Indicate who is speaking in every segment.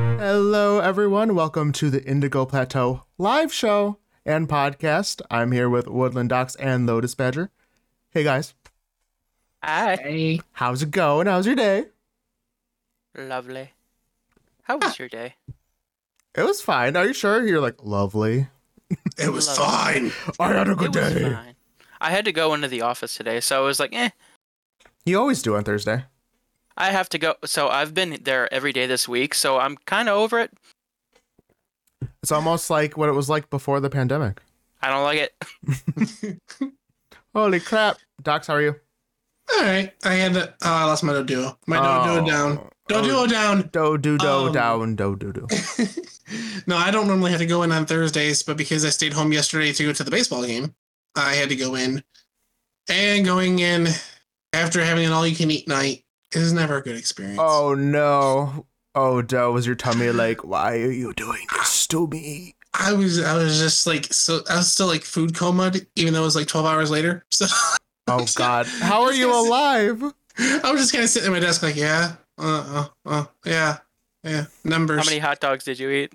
Speaker 1: Hello, everyone. Welcome to the Indigo Plateau live show and podcast. I'm here with Woodland Docs and Lotus Badger. Hey, guys.
Speaker 2: Hi.
Speaker 3: Hey,
Speaker 1: How's it going? How's your day?
Speaker 2: Lovely. How
Speaker 1: Ah,
Speaker 2: was your day?
Speaker 1: It was fine. Are you sure? You're like, lovely.
Speaker 4: It was
Speaker 2: Love.
Speaker 4: fine.
Speaker 1: I had a good
Speaker 2: it was
Speaker 1: day.
Speaker 2: fine. I had to go into the office today, so I was like, eh,
Speaker 1: You always do on Thursday.
Speaker 2: I have to go. So I've been there every day this week, so I'm kind of over it.
Speaker 1: It's almost like what it was like before the pandemic.
Speaker 2: I don't like it.
Speaker 1: Holy crap. Docs, how are you?
Speaker 4: All right, I had to, oh, I lost my Doduo. My Doduo
Speaker 1: Oh.
Speaker 4: down. Doduo down.
Speaker 1: Do, do, do,
Speaker 4: Um,
Speaker 1: down, do, do, do.
Speaker 4: no, I don't normally have to go in on Thursdays, but because I stayed home yesterday to go to the baseball game, I had to go in. And going in after having an all-you-can-eat night is never a good experience.
Speaker 1: Oh, no. Oh, Doe, was your tummy like, why are you doing this to me?
Speaker 4: I was I was just like so I was still like food coma, even though it was like twelve hours later. So
Speaker 1: Oh, God. How are you alive?
Speaker 4: I was just kind of sitting at my desk like, yeah, uh, uh, uh yeah, yeah, numbers.
Speaker 2: How many hot dogs did you eat?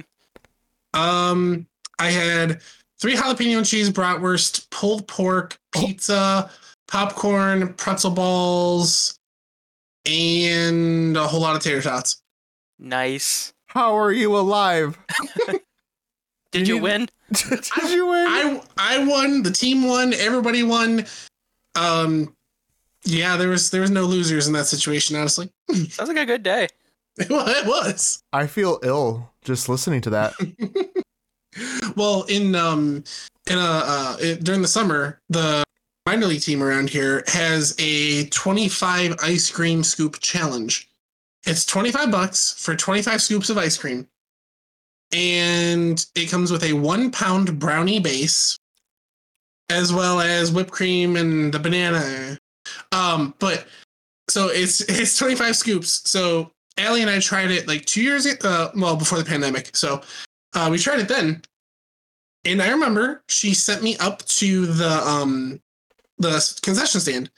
Speaker 4: Um, I had three jalapeno cheese bratwurst, pulled pork, pizza, popcorn, pretzel balls, and a whole lot of tater tots.
Speaker 2: Nice.
Speaker 1: How are you alive?
Speaker 2: Did you win?
Speaker 1: Did you win?
Speaker 4: I I won. The team won. Everybody won. Um, yeah, there was there was no losers in that situation. Honestly,
Speaker 2: Sounds like a good day.
Speaker 4: it was.
Speaker 1: I feel ill just listening to that.
Speaker 4: Well, in um in a uh, it, during the summer, the minor league team around here has a 25 ice cream scoop challenge. It's 25 bucks for 25 scoops of ice cream, and it comes with a one pound brownie base, as well as whipped cream and the banana. Um, but so it's it's 25 scoops. So Allie and I tried it like two years ago, uh, well before the pandemic. So uh, we tried it then, and I remember she sent me up to the um the s- concession stand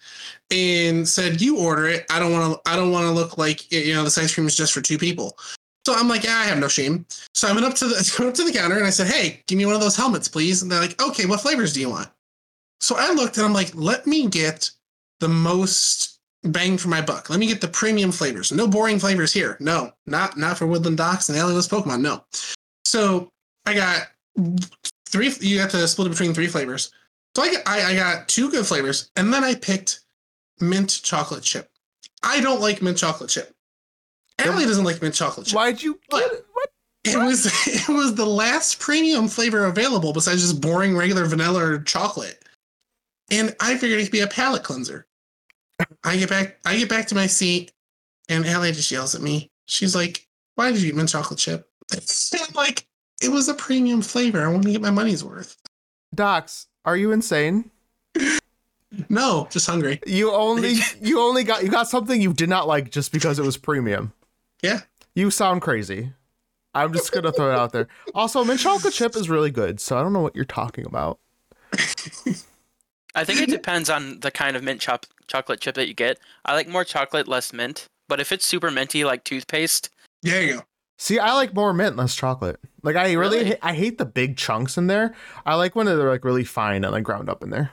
Speaker 4: and said, "You order it. I don't want to. I don't want to look like you know this ice cream is just for two people." So I'm like, "Yeah, I have no shame." So I went up to the I went up to the counter and I said, "Hey, give me one of those helmets, please." And they're like, "Okay, what flavors do you want?" So I looked and I'm like, "Let me get the most." Bang for my buck. Let me get the premium flavors. No boring flavors here. No, not not for Woodland Docks and Alienless Pokemon. No. So I got three. You have to split it between three flavors. So I, got- I, I got two good flavors, and then I picked mint chocolate chip. I don't like mint chocolate chip. Emily doesn't like mint chocolate chip.
Speaker 1: Why'd you get it? What?
Speaker 4: It was it was the last premium flavor available besides just boring regular vanilla or chocolate. And I figured it could be a palate cleanser. I get back I get back to my seat and Allie just yells at me. She's like, Why did you eat mint chocolate chip? I'm like, it was a premium flavor. I want to get my money's worth.
Speaker 1: Docs, are you insane?
Speaker 4: No, just hungry.
Speaker 1: You only you only got you got something you did not like just because it was premium.
Speaker 4: Yeah.
Speaker 1: You sound crazy. I'm just gonna throw it out there. Also, mint chocolate chip is really good, so I don't know what you're talking about.
Speaker 2: I think it depends on the kind of mint chop- chocolate chip that you get. I like more chocolate, less mint. But if it's super minty, like toothpaste,
Speaker 4: There you go.
Speaker 1: See, I like more mint, less chocolate. Like I really,
Speaker 2: Really?
Speaker 1: ha- I hate the big chunks in there. I like when they're like really fine and like ground up in there.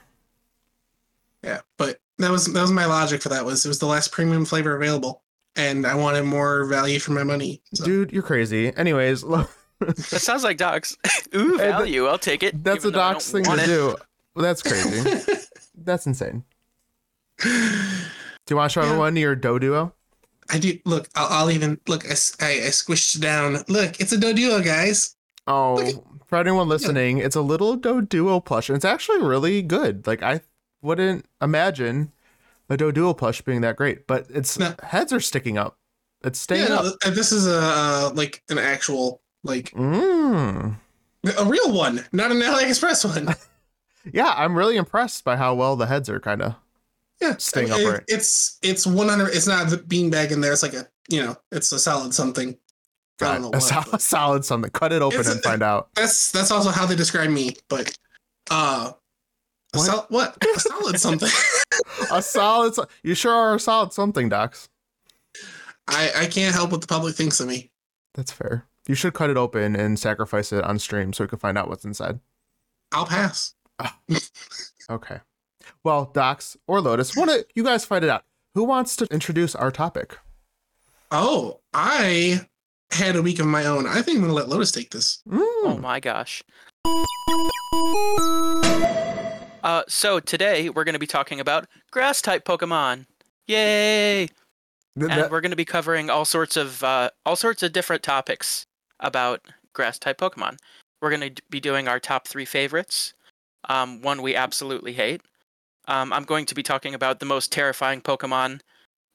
Speaker 4: Yeah. But that was that was my logic for that was it was the last premium flavor available. And I wanted more value for my money. So-
Speaker 1: Dude, you're crazy. Anyways, look.
Speaker 2: that sounds like dogs. Ooh,
Speaker 1: that-
Speaker 2: value. I'll take it.
Speaker 1: That's
Speaker 2: even
Speaker 1: a
Speaker 2: though I
Speaker 1: Doc's thing
Speaker 2: don't
Speaker 1: to
Speaker 2: want it.
Speaker 1: do. Well, that's crazy. that's insane. Do you want to show
Speaker 4: Yeah.
Speaker 1: everyone your dough duo?
Speaker 4: I do. Look, I'll, I'll even look. I, s- I- I squished down. Look, it's a Doduo, guys.
Speaker 1: Oh,
Speaker 4: Okay.
Speaker 1: for anyone listening, it's a little dough duo plush, and it's actually really good. Like I wouldn't imagine a dough duo plush being that great, but its
Speaker 4: No.
Speaker 1: heads are sticking up. It's staying
Speaker 4: yeah, no,
Speaker 1: up.
Speaker 4: th- this is a uh, like an actual like
Speaker 1: Mm.
Speaker 4: a real one, not an AliExpress one.
Speaker 1: Yeah, I'm really impressed by how well the heads are kind of.
Speaker 4: Yeah,
Speaker 1: Staying
Speaker 4: It-
Speaker 1: upright.
Speaker 4: It's it's one hundred. It's not the beanbag in there. It's like a you know, it's a solid something. I don't know
Speaker 1: a
Speaker 4: what.
Speaker 1: sol- solid something. Cut it open
Speaker 4: It's-
Speaker 1: and find out.
Speaker 4: That's that's also how they describe me. But uh, a
Speaker 1: What?
Speaker 4: sol- what? A solid something.
Speaker 1: A solid. so- You sure are a solid something, Docs.
Speaker 4: I I can't help what the public thinks of me.
Speaker 1: That's fair. You should cut it open and sacrifice it on stream so we can find out what's inside.
Speaker 4: I'll pass.
Speaker 1: Okay. Well, Docs or Lotus, want to you guys fight it out. Who wants to introduce our topic?
Speaker 4: Oh, I had a week of my own. I think I'm gonna let Lotus take this.
Speaker 2: Oh
Speaker 1: Mm,
Speaker 2: my gosh. Uh, so today we're going to be talking about grass type Pokemon. Yay!
Speaker 1: th-
Speaker 2: And
Speaker 1: that-
Speaker 2: we're going to be covering all sorts of uh, all sorts of different topics about grass type Pokemon. We're going to be doing our top three favorites. Um, one we absolutely hate. Um, I'm going to be talking about the most terrifying Pokemon,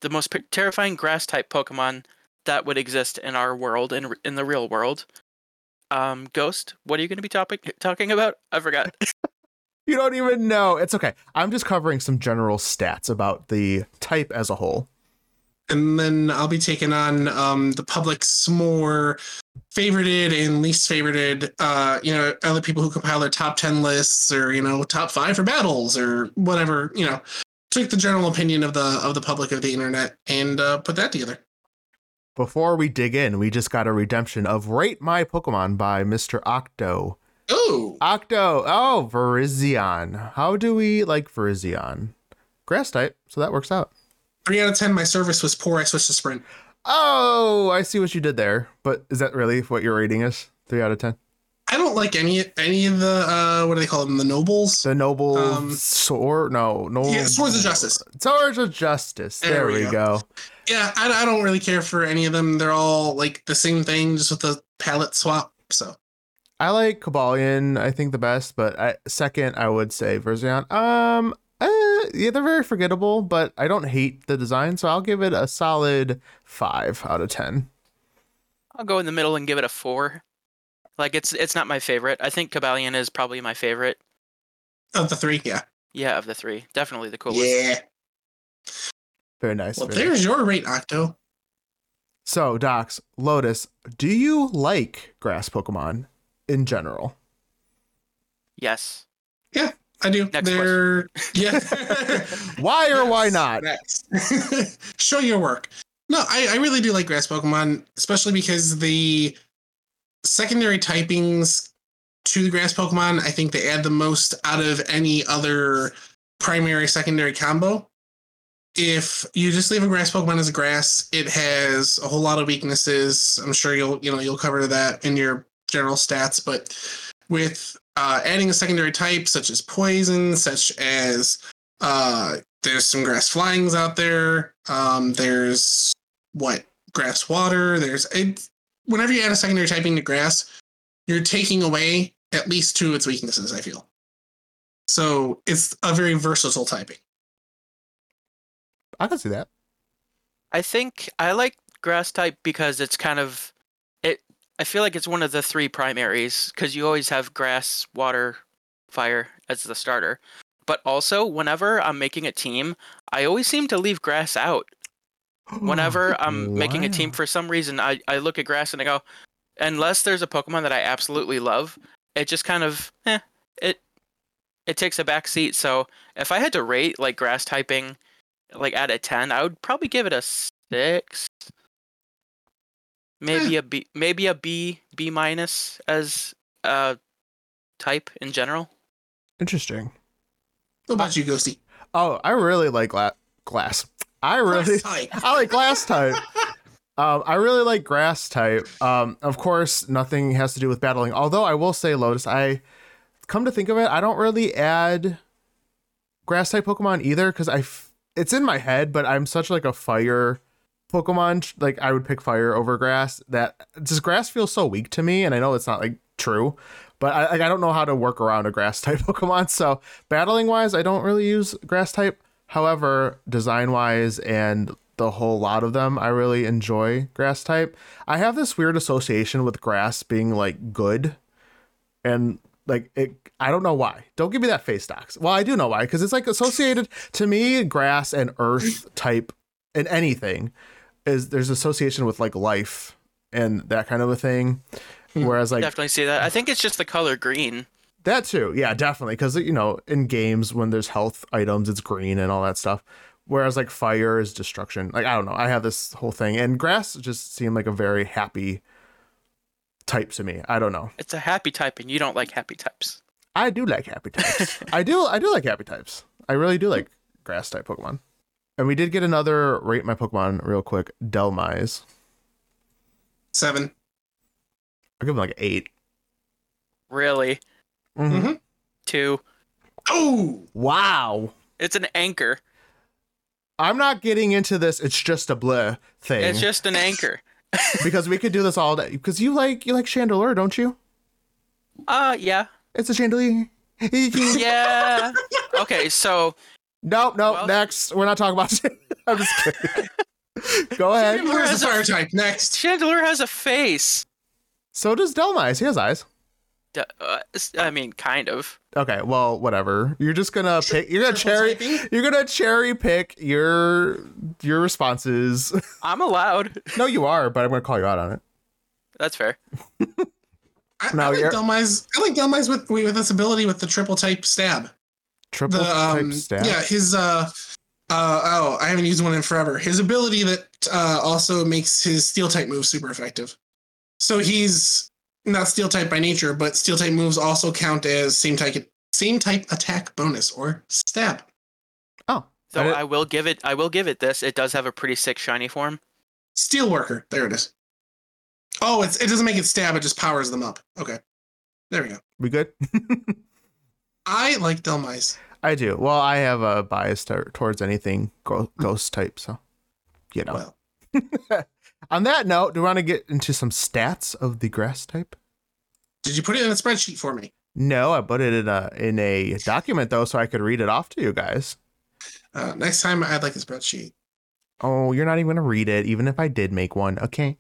Speaker 2: the most p- terrifying grass type Pokemon that would exist in our world in r- in the real world. Um, Ghost, what are you going to be topic talking about? I forgot.
Speaker 1: you don't even know. It's okay. I'm just covering some general stats about the type as a whole.
Speaker 4: And then I'll be taking on um, the public's more favorited and least favorited, uh, you know, other people who compile their top 10 lists or, you know, top five for battles or whatever, you know, take the general opinion of the of the public of the internet and uh, put that together.
Speaker 1: Before we dig in, we just got a redemption of Rate My Pokemon by Mr. Octo.
Speaker 4: Oh,
Speaker 1: Octo. Oh, Virizion. How do we like Virizion? Grass type, so that works out.
Speaker 4: three out of 10. My service was poor. I switched to sprint.
Speaker 1: Oh, I see what you did there. But is that really what your rating is? Three out of ten.
Speaker 4: I don't like any any of the uh, what do they call them? The nobles.
Speaker 1: The noble
Speaker 4: Um,
Speaker 1: sword? No, no.
Speaker 4: yeah, Swords of Justice.
Speaker 1: Swords of Justice. There, we go.
Speaker 4: Yeah, I, I don't really care for any of them. They're all like the same thing, just with the palette swap. So
Speaker 1: I like Kabalion. I think the best, but I, second, I would say Verzion. Um, uh, yeah, they're very forgettable, but I don't hate the design, so I'll give it a solid five out of ten.
Speaker 2: I'll go in the middle and give it a four. Like it's it's not my favorite. I think Kabalion is probably my favorite.
Speaker 4: of Oh, the three, yeah,
Speaker 2: Yeah, of the three, definitely the coolest.
Speaker 4: yeah.
Speaker 1: Very nice.
Speaker 4: Well,
Speaker 1: very nice.
Speaker 4: there's your rate, Octo.
Speaker 1: So, Docs, Lotus, do you like grass Pokemon in general?
Speaker 2: Yes.
Speaker 4: I do.
Speaker 2: Next
Speaker 4: They're yeah.
Speaker 1: Why or why
Speaker 4: Yes,
Speaker 1: not?
Speaker 4: next. Show your work. No, I, I really do like grass Pokemon, especially because the secondary typings to the grass Pokemon, I think they add the most out of any other primary secondary combo. If you just leave a grass Pokemon as a grass, it has a whole lot of weaknesses. I'm sure you'll you know you'll cover that in your general stats, but with uh, adding a secondary type such as poison, such as uh, there's some grass flyings out there. Um, there's what grass water. There's it, whenever you add a secondary typing to grass, you're taking away at least two of its weaknesses. I feel so it's a very versatile typing.
Speaker 1: I can see that.
Speaker 2: I think I like grass type because it's kind of it I feel like it's one of the three primaries cuz you always have grass, water, fire as the starter. But also whenever I'm making a team, I always seem to leave grass out. Whenever I'm making a team
Speaker 1: Wow.
Speaker 2: for some reason, I I look at grass and I go unless there's a Pokemon that I absolutely love, it just kind of eh, it it takes a back seat. So if I had to rate like grass typing like out of ten, I would probably give it a six. Maybe a B maybe a B B minus as a type in general.
Speaker 1: Interesting.
Speaker 4: What about you, Ghosty?
Speaker 1: Oh, I really like gla- glass. I really,
Speaker 4: Grass type.
Speaker 1: I like glass type. Um, I really like grass type. Um, of course, nothing has to do with battling. Although I will say, Lotus, I come to think of it, I don't really add grass type Pokemon either because I, f- it's in my head, but I'm such like a fire Pokemon. tr- Like I would pick fire over grass. That just grass feels so weak to me, and I know it's not like true, but I like, I don't know how to work around a grass type Pokemon. So battling wise, I don't really use grass type. However, design wise and the whole lot of them, I really enjoy grass type. I have this weird association with grass being like good and like it I don't know why. Don't give me that face docs. Well, I do know why because it's like associated to me grass and earth type and anything is there's association with like life and that kind of a thing. Whereas like
Speaker 2: Definitely see that. I think it's just the color green.
Speaker 1: that too, yeah, definitely. Because you know, in games when there's health items, it's green and all that stuff. Whereas like fire is destruction. Like I don't know. I have this whole thing, and grass just seemed like a very happy type to me. I don't know.
Speaker 2: It's a happy type, and you don't like happy types.
Speaker 1: I do like happy types. I do. I do like happy types. I really do like grass type Pokemon. And we did get another rate my Pokemon real quick. Delmise.
Speaker 4: Seven.
Speaker 1: I'll give him like an 8
Speaker 2: Really,
Speaker 1: Mhm.
Speaker 4: Mhm.
Speaker 2: two.
Speaker 4: Oh,
Speaker 1: Wow.
Speaker 2: It's an anchor.
Speaker 1: I'm not getting into this. It's just a bleh thing
Speaker 2: It's just an anchor.
Speaker 1: because we could do this all day. Because you like you like chandelier, don't you?
Speaker 2: Uh, yeah,
Speaker 1: It's a chandelier.
Speaker 2: yeah. Okay, so
Speaker 1: Nope, nope.
Speaker 2: Well-
Speaker 1: next, we're not talking about. Chandelier. I'm just kidding. Go ahead.
Speaker 4: Chandler is a fire type. Next.
Speaker 2: Chandler has a face.
Speaker 1: So does Delmise. He has eyes.
Speaker 2: D- uh, s- I mean, kind of.
Speaker 1: Okay, well, whatever. You're just gonna pick. You're gonna cherry.
Speaker 4: Typing?
Speaker 1: You're gonna cherry pick your your responses.
Speaker 2: I'm allowed.
Speaker 1: no, you are, but I'm gonna call you out on it.
Speaker 2: That's fair.
Speaker 4: I,
Speaker 1: No,
Speaker 4: I like
Speaker 1: you're-
Speaker 4: Delmise. I like Delmise with with this ability with the triple type stab.
Speaker 1: Triple
Speaker 4: The um,
Speaker 1: type stat.
Speaker 4: yeah, his uh, uh oh, I haven't used one in forever. His ability that uh also makes his steel type move super effective. So he's not steel type by nature, but steel type moves also count as same type same type attack bonus or stab.
Speaker 1: Oh,
Speaker 2: So
Speaker 1: I did-
Speaker 2: I will give it. I will give it this. It does have a pretty sick shiny form.
Speaker 4: Steel worker. There it is. Oh, it's it doesn't make it stab. It just powers them up. Okay, there we go.
Speaker 1: we good?
Speaker 4: I like Delmise.
Speaker 1: I do. Well, I have a bias t- towards anything go- ghost type, so you know.
Speaker 4: Well,
Speaker 1: On that note, do we want to get into some stats of the grass type?
Speaker 4: did you put it in a spreadsheet for me?
Speaker 1: No, I put it in a in a document though, so I could read it off to you guys.
Speaker 4: Uh, next time, I'd like a spreadsheet.
Speaker 1: Oh, you're not even gonna read it, even if I did make one. Okay.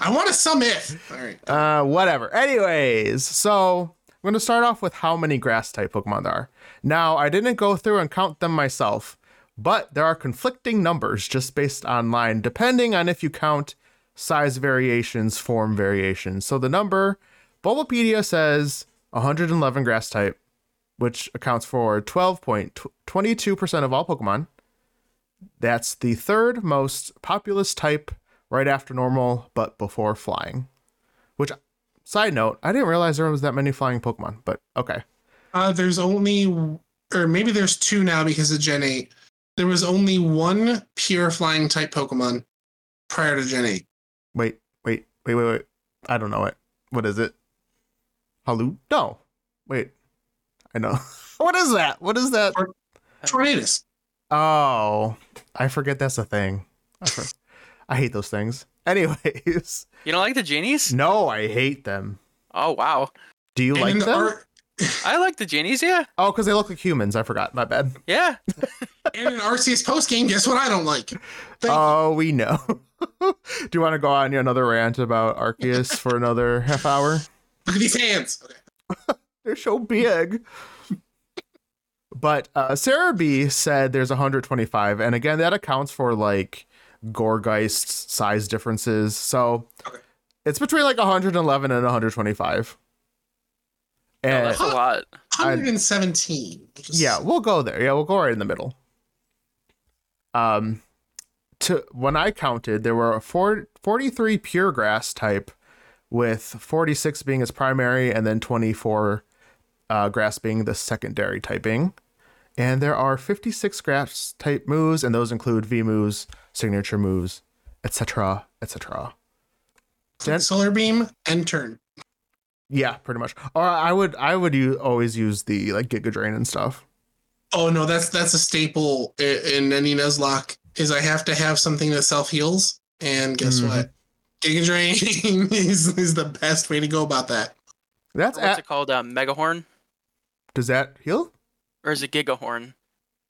Speaker 4: I want a sum if. All right.
Speaker 1: Uh, whatever. Anyways, so I'm gonna start off with how many grass type Pokemon there are. Now, I didn't go through and count them myself, but there are conflicting numbers just based online, depending on if you count size variations, form variations. So the number Bulbapedia says 111 grass type, which accounts for 12.22% of all Pokemon. That's the third most populous type right after normal, but before flying. Which, side note, I didn't realize there was that many flying Pokemon, but okay.
Speaker 4: Uh, there's only, or maybe there's two now because of Gen 8. There was only one pure flying type Pokemon prior to Gen 8.
Speaker 1: Wait, wait, wait, wait, wait. I don't know it. What is it? Halu? No. Wait. I know. what is that? What is that?
Speaker 4: Tornadus.
Speaker 1: Oh, I forget that's a thing. I, for- I hate those things. Anyways,
Speaker 2: You don't like the genies?
Speaker 1: no, I hate them.
Speaker 2: Oh wow.
Speaker 1: Do you
Speaker 4: And
Speaker 1: like
Speaker 4: in the
Speaker 1: them?
Speaker 4: art,
Speaker 2: I like the genies. Yeah.
Speaker 1: Oh, because they look like humans. I forgot. My bad.
Speaker 2: Yeah.
Speaker 4: and in RCS post game, guess what I don't like? Thank
Speaker 1: Oh, we know. Do you want to go on another rant about Arceus for another half hour?
Speaker 4: Look at these hands. Okay.
Speaker 1: They're so big. But uh, Sarah B said there's 125, and again, that accounts for like Gorgeist's size differences. So
Speaker 4: Okay.
Speaker 1: it's between like 111 and 125.
Speaker 2: No,
Speaker 1: And
Speaker 2: Oh, that's a lot.
Speaker 4: 117. which is-
Speaker 1: yeah, we'll go there. Yeah, we'll go right in the middle. Um, to when I counted, there were four, 43 pure grass type, with 46 being its primary, and then 24 uh, grass being the secondary typing. And there are 56 grass type moves, and those include V moves, signature moves, etc., etc. Gen-
Speaker 4: Solar beam and turn.
Speaker 1: yeah, pretty much. Or I would, I would u- always use the like Giga Drain and stuff.
Speaker 4: Oh no, that's that's a staple i- in any Nuzlocke is I have to have something that self heals, and guess
Speaker 1: Mhm.
Speaker 4: what? Giga Drain is, is the best way to go about that.
Speaker 1: That's
Speaker 2: What's
Speaker 1: at,
Speaker 2: it called? Um, megahorn
Speaker 1: does that heal?
Speaker 2: or is it gigahorn?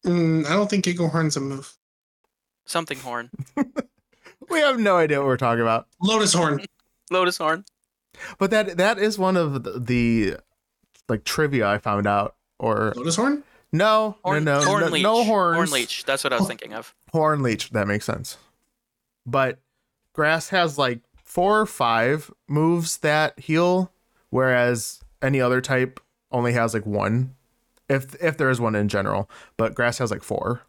Speaker 4: Mm, I don't think Giga Horn's a move.
Speaker 2: Something horn.
Speaker 1: We have no idea what we're talking about.
Speaker 4: Lotus Horn.
Speaker 2: Lotus horn.
Speaker 1: But that that is one of the, the like trivia I found out. Or
Speaker 4: Lotus Horn.
Speaker 1: no,
Speaker 2: Horn,
Speaker 1: no, no,
Speaker 2: horn
Speaker 1: no,
Speaker 2: leech.
Speaker 1: no horns.
Speaker 2: Horn leech. That's what I was thinking of.
Speaker 1: Horn leech. That makes sense. But grass has like four or five moves that heal, whereas any other type only has like one, if if there is one in general. But grass has like four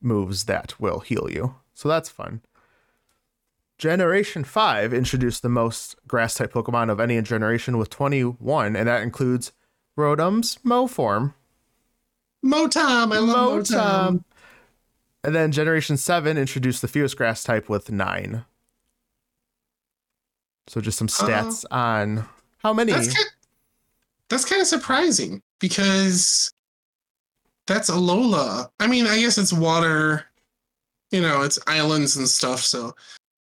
Speaker 1: moves that will heal you, so that's fun. Generation 5 introduced the most grass type Pokemon of any generation with 21, and that includes Rotom's Moform.
Speaker 4: Motom, I love Motom.
Speaker 1: And then Generation 7 introduced the fewest grass type with 9. So just some stats on how many.
Speaker 4: That's kind, that's kind of surprising because that's Alola. I mean, I guess it's water, you know, it's islands and stuff. So,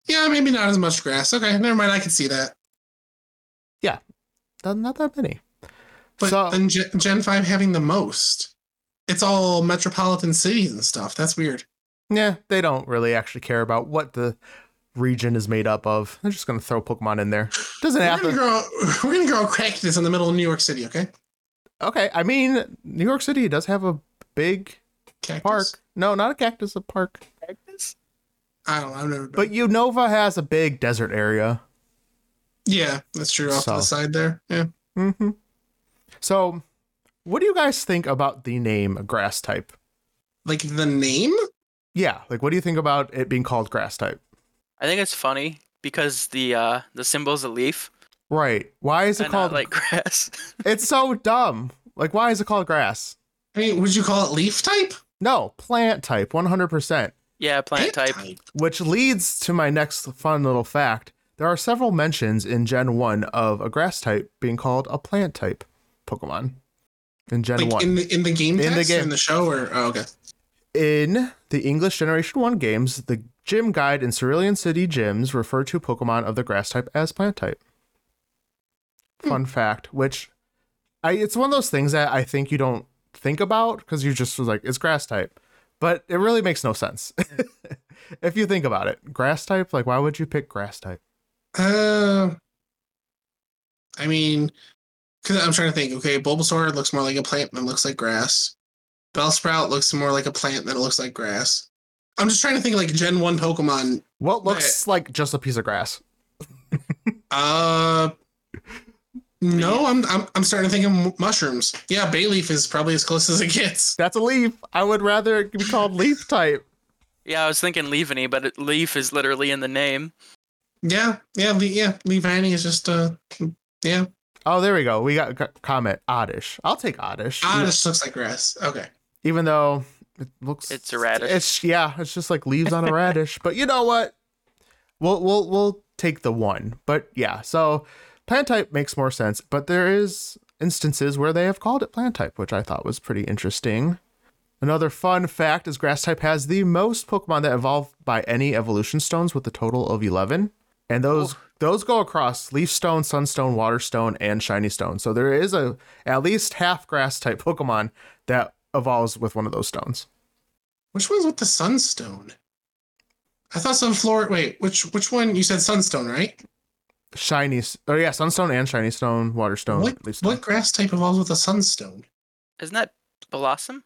Speaker 4: yeah, maybe not as much grass. Okay, never mind. I can see that.
Speaker 1: yeah, not, not that many.
Speaker 4: But
Speaker 1: So-
Speaker 4: then Gen, Gen 5 having the most. It's all metropolitan cities and stuff. That's weird.
Speaker 1: Yeah, they don't really actually care about what the region is made up of. They're just going to throw Pokemon in there. Doesn't
Speaker 4: We're
Speaker 1: have
Speaker 4: gonna
Speaker 1: to.
Speaker 4: grow. We're gonna grow cactus in the middle of New York City. Okay,
Speaker 1: Okay, I mean, New York City does have a big
Speaker 4: cactus.
Speaker 1: park. No, not a cactus, a park.
Speaker 4: I don't. know. I've never.
Speaker 1: But Unova has a big desert area.
Speaker 4: yeah, that's true. Off to
Speaker 1: So.
Speaker 4: the side there. Yeah.
Speaker 1: Mm-hmm. So, what do you guys think about the name grass type?
Speaker 4: Like the name.
Speaker 1: Yeah, like what do you think about it being called grass type?
Speaker 2: I think it's funny because the uh, the symbol's a leaf
Speaker 1: Right. Why is it
Speaker 2: and not
Speaker 1: called?
Speaker 2: like grass.
Speaker 1: it's so dumb. Like, why is it called grass?
Speaker 4: I mean, would you call it leaf type?
Speaker 1: No, plant type, one hundred percent.
Speaker 2: yeah, plant
Speaker 4: Plant
Speaker 2: type.
Speaker 1: Which leads to my next fun little fact. There are several mentions in Gen 1 of a grass type being called a plant type Pokemon. In Gen
Speaker 4: Like
Speaker 1: 1.
Speaker 4: in the in the game
Speaker 1: In the
Speaker 4: text or
Speaker 1: game.
Speaker 4: in the show or oh, okay.
Speaker 1: In the English Generation 1 games, the gym guide in Cerulean City gyms refer to Pokemon of the grass type as plant type. Fun fact, which I it's one of those things that I think you don't think about because you just was like, it's grass type. But it really makes no sense. if you think about it. Grass type, like why would you pick grass type?
Speaker 4: Uh, I mean, because I'm trying to think. Okay, Bulbasaur looks more like a plant than it looks like grass. Bellsprout looks more like a plant than it looks like grass. I'm just trying to think like Gen One Pokemon.
Speaker 1: What looks like just a piece of grass?
Speaker 4: Uh, no, I'm I'm I'm starting to think of mu- mushrooms. Yeah, Bayleaf is probably as close as it gets.
Speaker 1: That's a leaf. I would rather it be called leaf type.
Speaker 2: Yeah, I was thinking leaveny, but it, leaf is literally in the name.
Speaker 4: Yeah, yeah, Le- yeah. Leafany is just uh, yeah.
Speaker 1: Oh, there we go. We got a comment. Oddish. I'll take oddish.
Speaker 4: Oddish Ah, looks like grass. Okay.
Speaker 1: Even though it looks
Speaker 2: It's a radish.
Speaker 1: It's yeah, it's just like leaves on a radish. But you know what? We'll we'll we'll take the one. But yeah, so plant type makes more sense, but there is instances where they have called it plant type, which I thought was pretty interesting. Another fun fact is grass type has the most Pokemon that evolve by any evolution stones with a total of 11. And those
Speaker 4: Oh.
Speaker 1: those go across leaf stone, sunstone, water stone, and shiny stone. So there is a at least half grass type Pokemon that evolves with one of those stones.
Speaker 4: Which one's with the sunstone? I thought some floor. Wait, which which one? You said sunstone, right?
Speaker 1: Shiny s- oh yeah, sunstone and shiny stone, water stone,
Speaker 4: what
Speaker 1: leaf stone.
Speaker 4: what grass type evolves with a sunstone?
Speaker 2: Isn't that blossom?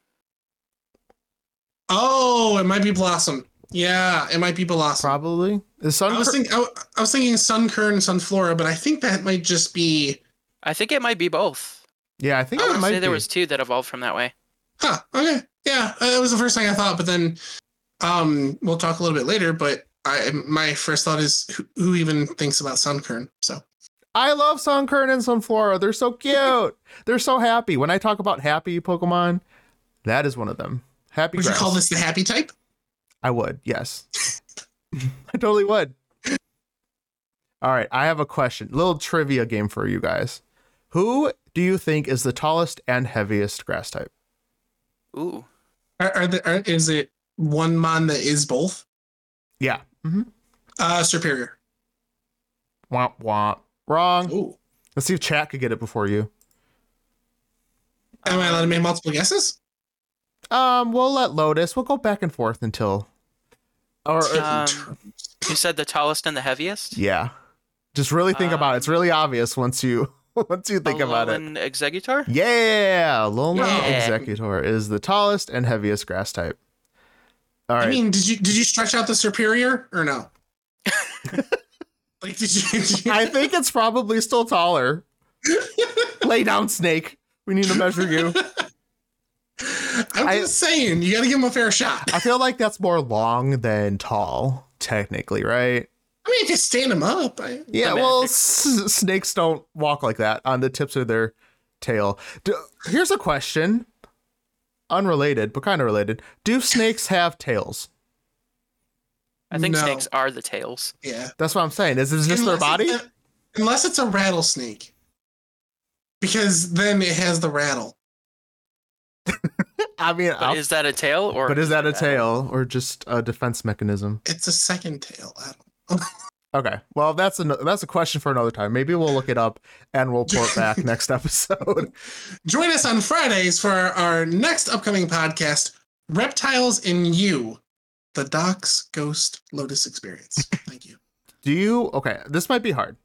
Speaker 4: Oh, it might be blossom. Yeah, it might be blossom.
Speaker 1: Probably. The sun
Speaker 4: I was thinking I, w- I was thinking sunkern, sunflora, but I think that might just be.
Speaker 2: I think it might be both.
Speaker 1: Yeah, I think
Speaker 4: I
Speaker 1: it
Speaker 2: I
Speaker 1: might
Speaker 2: say
Speaker 1: be.
Speaker 2: there was two that evolved from that way.
Speaker 4: Huh. Okay. Yeah, uh, that was the first thing I thought, but then, um, we'll talk a little bit later. But I my first thought is who, who even thinks about sunkern? So
Speaker 1: I love Sunkern and Sunflora. They're so cute. They're so happy. When I talk about happy Pokemon, that is one of them. Happy
Speaker 4: would you
Speaker 1: grass.
Speaker 4: call this the happy type?
Speaker 1: I would, yes. I totally would. All right, I have a question. Little trivia game for you guys. Who do you think is the tallest and heaviest grass type?
Speaker 2: Ooh,
Speaker 4: Are, are there? Are, is it one mon that is both?
Speaker 1: Yeah. Mm-hmm.
Speaker 4: Uh, superior.
Speaker 1: Womp womp. Wrong.
Speaker 4: Ooh.
Speaker 1: Let's see if chat could get it before you.
Speaker 4: Am I allowed to make multiple guesses?
Speaker 1: Um, we'll let Lotus. We'll go back and forth until or, or
Speaker 2: Um, you said the tallest and the heaviest.
Speaker 1: Yeah. Just really think about it. It's really obvious once you once you think about it.
Speaker 2: Alolan Executor.
Speaker 1: Yeah, Lolan
Speaker 4: Yeah.
Speaker 1: Executor is the tallest and heaviest grass type. All right.
Speaker 4: I mean, did you did you stretch out the superior or no? like, did you? Did you
Speaker 1: I think it's probably still taller. Lay down, snake. We need to measure you.
Speaker 4: I'm
Speaker 1: I-
Speaker 4: just saying, you got to give him a fair shot.
Speaker 1: I feel like that's more long than tall, technically, right?
Speaker 4: I mean, if you stand them up, I,
Speaker 1: Yeah,
Speaker 2: Imagine.
Speaker 1: well, s- snakes don't walk like that on the tips of their tail. Do, here's a question, unrelated but kind of related. Do snakes have tails?
Speaker 2: I think
Speaker 4: No.
Speaker 2: snakes are the tails.
Speaker 4: yeah.
Speaker 1: That's what I'm saying. Is this just their
Speaker 4: Unless
Speaker 1: body?
Speaker 4: it's a- unless it's a rattlesnake, because then it has the rattle.
Speaker 1: I mean,
Speaker 2: But
Speaker 1: I'll-
Speaker 2: is that a tail or?
Speaker 1: but is that a tail or just a defense mechanism?
Speaker 4: It's a second tail. I don't-
Speaker 1: Okay, well, that's a that's a question for another time. Maybe we'll look it up and we'll report back next episode.
Speaker 4: Join us on Fridays for our, our next upcoming podcast, Reptiles in You, the Doc's Ghost Lotus Experience. Thank you.
Speaker 1: Do you? Okay, this might be hard.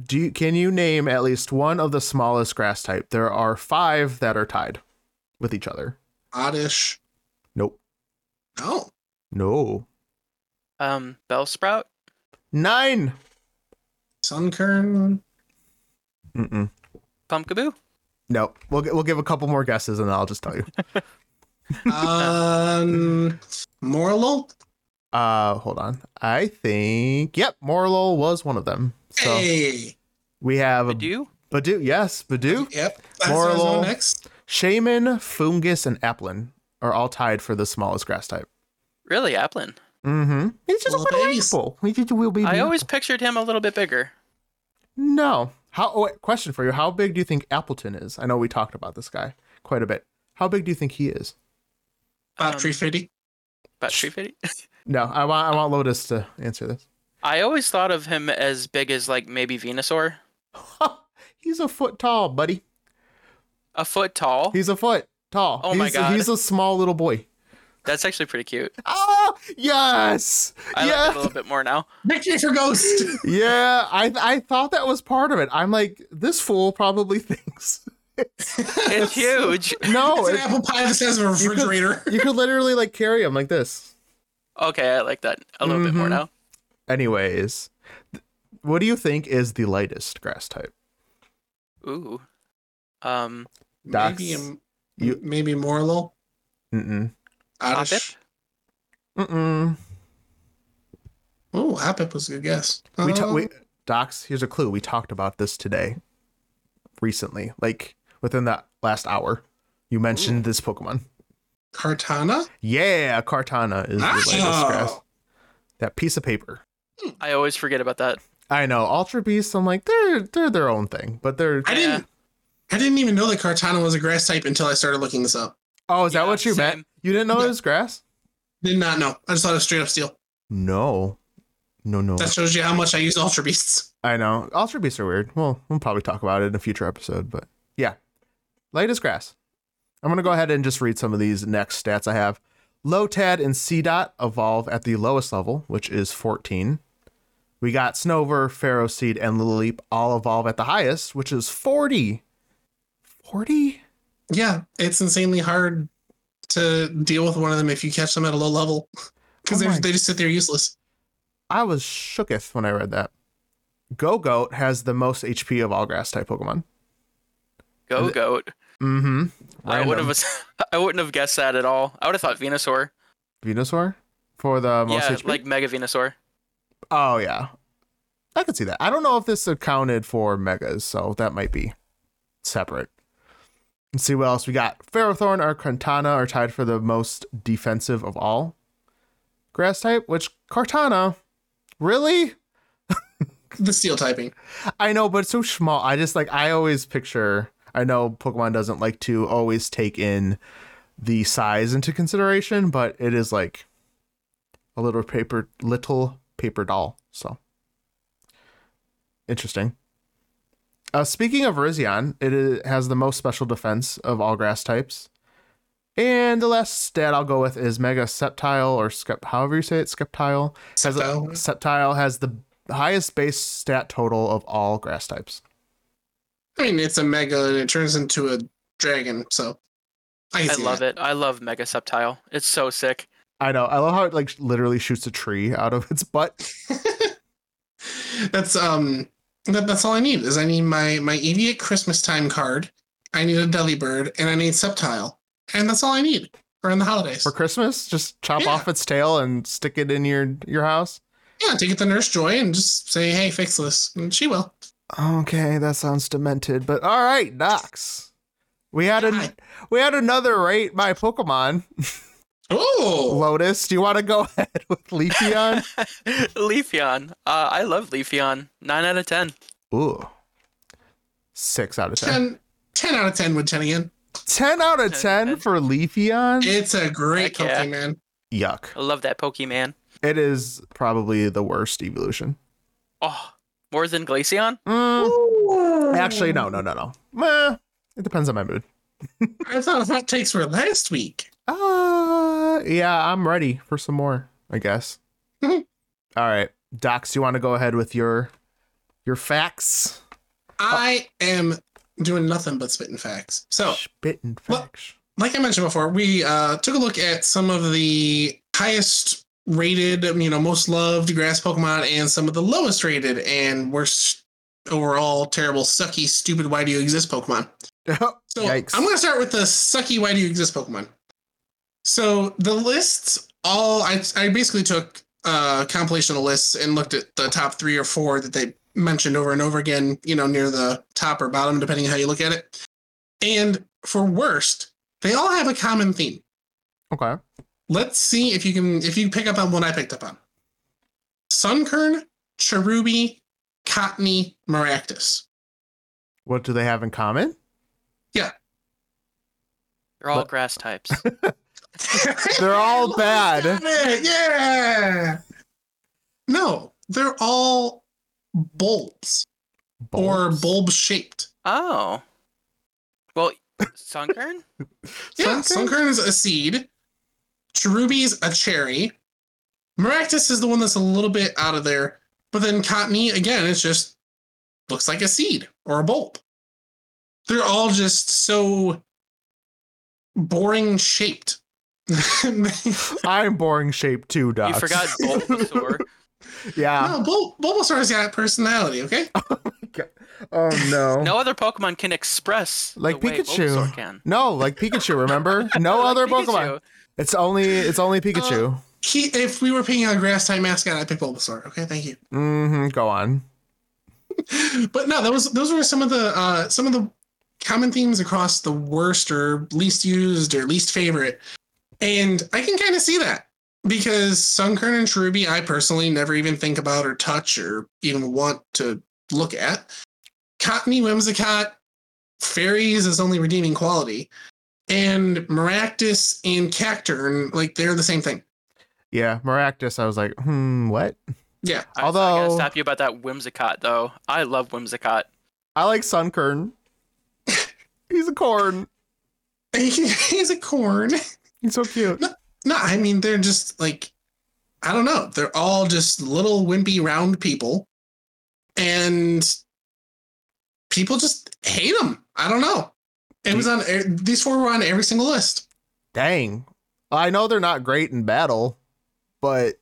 Speaker 1: Do you? Can you name at least one of the smallest grass type? There are five that are tied with each other.
Speaker 4: Oddish.
Speaker 1: Nope.
Speaker 4: No.
Speaker 1: No.
Speaker 2: Um, bell sprout.
Speaker 1: Nine.
Speaker 4: Sunkern.
Speaker 1: Mm-mm.
Speaker 2: Pumpkaboo.
Speaker 1: No. We'll we'll give a couple more guesses and then I'll just tell you.
Speaker 4: Um, Morlul.
Speaker 1: Uh, hold on. I think yep. Morlul was one of them. So
Speaker 4: Hey.
Speaker 1: we have a
Speaker 2: Badoo.
Speaker 1: Badoo. Yes, Badoo.
Speaker 4: Yep. That's what I was
Speaker 1: Morlul.
Speaker 4: going next.
Speaker 1: Shaman, Fungus, and Applin are all tied for the smallest grass type.
Speaker 2: Really, Applin.
Speaker 1: Mm-hmm. He's just a
Speaker 4: Little
Speaker 1: little
Speaker 4: babies.
Speaker 1: apple. He's just a little baby.
Speaker 2: I always pictured him a little bit bigger.
Speaker 1: no. How? Oh, wait, question for you. How big do you think Appleton is? I know we talked about this guy quite a bit. How big do you think he is?
Speaker 4: About
Speaker 2: Um,
Speaker 4: 350.
Speaker 2: About three feet.
Speaker 1: No, I want I want Lotus to answer this.
Speaker 2: I always thought of him as big as like maybe Venusaur,
Speaker 1: He's a foot tall, buddy.
Speaker 2: a foot tall.
Speaker 1: He's a foot tall.
Speaker 2: Oh my
Speaker 1: He's-
Speaker 2: God.
Speaker 1: He's a small little boy.
Speaker 2: That's actually pretty cute.
Speaker 1: Oh yes,
Speaker 2: I like it a
Speaker 1: yeah,
Speaker 2: little bit more now.
Speaker 4: Victory for Ghost.
Speaker 1: yeah. I I thought that was part of it. I'm like, this fool probably thinks.
Speaker 2: It's huge.
Speaker 1: No,
Speaker 4: it's an
Speaker 1: Oh, it-
Speaker 4: apple pie that says refrigerator.
Speaker 1: you could literally like carry him like this.
Speaker 2: Okay, I like that a little bit more
Speaker 1: Mhm.
Speaker 2: now.
Speaker 1: Anyways, th- what do you think is the lightest grass type?
Speaker 2: Ooh. Um,
Speaker 1: Docs.
Speaker 4: Maybe a,
Speaker 1: You-
Speaker 4: maybe Morlul.
Speaker 1: Mm
Speaker 2: Hoppip?
Speaker 4: Oddish.
Speaker 1: mm mm.
Speaker 4: Oh, Hoppip was a good guess.
Speaker 1: We ta-
Speaker 4: Um,
Speaker 1: we docs. Here's a clue. We talked about this today, recently, like within that last hour. You mentioned this Pokemon.
Speaker 4: Cartana.
Speaker 1: Yeah, Cartana is the lightest grass.
Speaker 4: Oh.
Speaker 1: That piece of paper.
Speaker 2: I always forget about that.
Speaker 1: I know Ultra Beasts. I'm like they're they're their own thing, but they're
Speaker 4: I didn't. I didn't even know that Cartana was a grass type until I started looking this up.
Speaker 1: oh is that
Speaker 2: Yeah,
Speaker 1: what you meant?
Speaker 2: same.
Speaker 1: You didn't know
Speaker 4: Yeah.
Speaker 1: it was grass?
Speaker 4: Did not know. I just thought it was straight up steel.
Speaker 1: No, no, no.
Speaker 4: That shows you how much I use Ultra Beasts.
Speaker 1: I know Ultra Beasts are weird. Well, we'll probably talk about it in a future episode, but yeah, light as grass. I'm gonna go ahead and just read some of these next stats I have. Lotad and Seedot evolve at the lowest level, which is 14. We got Snover, Pharaoh Seed, and Lilip all evolve at the highest, which is 40. 40?
Speaker 4: Yeah, it's insanely hard to deal with one of them if you catch them at a low level because
Speaker 1: Oh my-
Speaker 4: they they just sit there useless.
Speaker 1: I was shooketh when I read that. Go Goat has the most HP of all grass type Pokemon.
Speaker 2: Go
Speaker 1: Th-
Speaker 2: goat.
Speaker 1: Mm-hmm.
Speaker 2: I wouldn't have. I wouldn't have guessed that at all. I would have thought Venusaur.
Speaker 1: Venusaur for the most
Speaker 2: yeah,
Speaker 1: HP.
Speaker 2: like Mega Venusaur.
Speaker 1: oh yeah, I could see that. I don't know if this accounted for megas, so that might be separate. Let's see what else we got. Ferrothorn or Cartana are tied for the most defensive of all grass type. Which Cartana, really?
Speaker 4: The steel typing.
Speaker 1: I know, but it's so small. I just like I always picture. I know Pokemon doesn't like to always take in the size into consideration, but it is like a little paper, little paper doll. So interesting. Uh, speaking of Rizion, it is, has the most special defense of all grass types. And the last stat I'll go with is Mega Sceptile, or Skept, however you say it, Sceptile. Has a-
Speaker 4: Sceptile.
Speaker 1: Sceptile has the highest base stat total of all grass types.
Speaker 4: I mean, it's a mega and it turns into a dragon, so I,
Speaker 2: I love it. I love Mega Septile. It's so sick.
Speaker 1: I know. I love how it like literally shoots a tree out of its butt.
Speaker 4: that's um that, that's all I need is I need my my Eevee at Christmas time card. I need a Delibird and I need Septile. And that's all I need for in the holidays.
Speaker 1: For Christmas, just chop
Speaker 4: Yeah.
Speaker 1: off its tail and stick it in your your house.
Speaker 4: Yeah, take it to Nurse Joy and just say, "Hey, fix this," and she will.
Speaker 1: Okay, that sounds demented, but all right, Knox. We had an
Speaker 4: Hi.
Speaker 1: we had another rate by Pokemon.
Speaker 4: Oh,
Speaker 1: Lotus, do you want to go ahead with Leafeon?
Speaker 2: Leafeon. Uh, I love Leafeon. Nine out of ten.
Speaker 1: Ooh. Six out of ten.
Speaker 4: 10, 10 out of ten would ten again.
Speaker 1: Ten out of ten for Leafeon?
Speaker 4: It's a great
Speaker 2: Heck yeah.
Speaker 4: Pokemon.
Speaker 1: Yuck.
Speaker 2: I love that Pokemon.
Speaker 1: It is probably the worst evolution.
Speaker 2: Oh, more than Glaceon?
Speaker 1: Mm, actually, no, no, no, no. Meh, it depends on my mood.
Speaker 4: I thought hot takes were last week.
Speaker 1: Uh, yeah, I'm ready for some more, I guess. All
Speaker 4: Mhm.
Speaker 1: right, Docs, you want to go ahead with your your facts?
Speaker 4: I am doing nothing but spitting facts. So,
Speaker 1: Spitting
Speaker 4: Well-
Speaker 1: facts.
Speaker 4: like I mentioned before, we uh, took a look at some of the highest rated, you know, most loved grass Pokemon and some of the lowest rated and worst overall terrible, sucky, stupid, why do you exist Pokemon. So
Speaker 1: Yikes.
Speaker 4: I'm going to start with the sucky why do you exist Pokemon. So the lists all I, I basically took uh compilation of lists and looked at the top three or four that they mentioned over and over again, you know, near the top or bottom, depending how you look at it. And for worst, they all have a common theme.
Speaker 1: okay.
Speaker 4: Let's see if you can if you pick up on what I picked up on. Sunkern, Cherubi, Cottony, Maractus.
Speaker 1: What do they have in common?
Speaker 2: They're all
Speaker 1: What?
Speaker 2: grass types.
Speaker 1: They're all
Speaker 4: Damn
Speaker 1: bad.
Speaker 4: it, Yeah. No, they're all bulbs, or
Speaker 1: Bulbs?
Speaker 4: bulb shaped.
Speaker 2: oh. Well, Sunkern?
Speaker 4: Yeah,
Speaker 1: Sunkern?
Speaker 4: Sunkern is a seed. Cherubi's a cherry. Maractus is the one that's a little bit out of there. But then Cottony, again, it's just looks like a seed or a bulb. They're all just so boring shaped.
Speaker 1: I'm boring shape too,
Speaker 2: You
Speaker 1: Docs.
Speaker 2: forgot Bulbasaur.
Speaker 1: yeah.
Speaker 4: No, Bul- Bulbasaur's got personality, okay?
Speaker 1: Oh no.
Speaker 2: No other Pokemon can express
Speaker 1: Like
Speaker 2: the way
Speaker 1: Pikachu.
Speaker 2: Bulbasaur can.
Speaker 1: No, like Pikachu. Remember? No other
Speaker 2: Pikachu. Uh.
Speaker 1: Pokemon. It's only it's only Pikachu.
Speaker 4: He, if we were picking a grass type mascot, I'd pick Bulbasaur, okay? Thank you.
Speaker 1: hmm Go on.
Speaker 4: but no, that was those were some of the uh, some of the common themes across the worst or least used or least favorite, and I can kind of see that because Sunkern and Cherubi, I personally never even think about or touch or even want to look at. Cottony Whimsicott, fairies is only redeeming quality, and Maractus and Cacturn, like they're the same thing.
Speaker 1: Yeah, Maractus. I was like, hmm, what?
Speaker 4: Yeah,
Speaker 2: All right, so I gotta
Speaker 1: Although-
Speaker 2: stop you about that Whimsicott though. I love Whimsicott.
Speaker 1: I like Sunkern. He's a corn.
Speaker 4: he's a corn.
Speaker 1: He's so cute.
Speaker 4: No, I mean they're just like I don't know. They're all just little wimpy round people, and people just hate them. I don't know. It was on e- these four were on every single list.
Speaker 1: Dang. I know they're not great in battle, but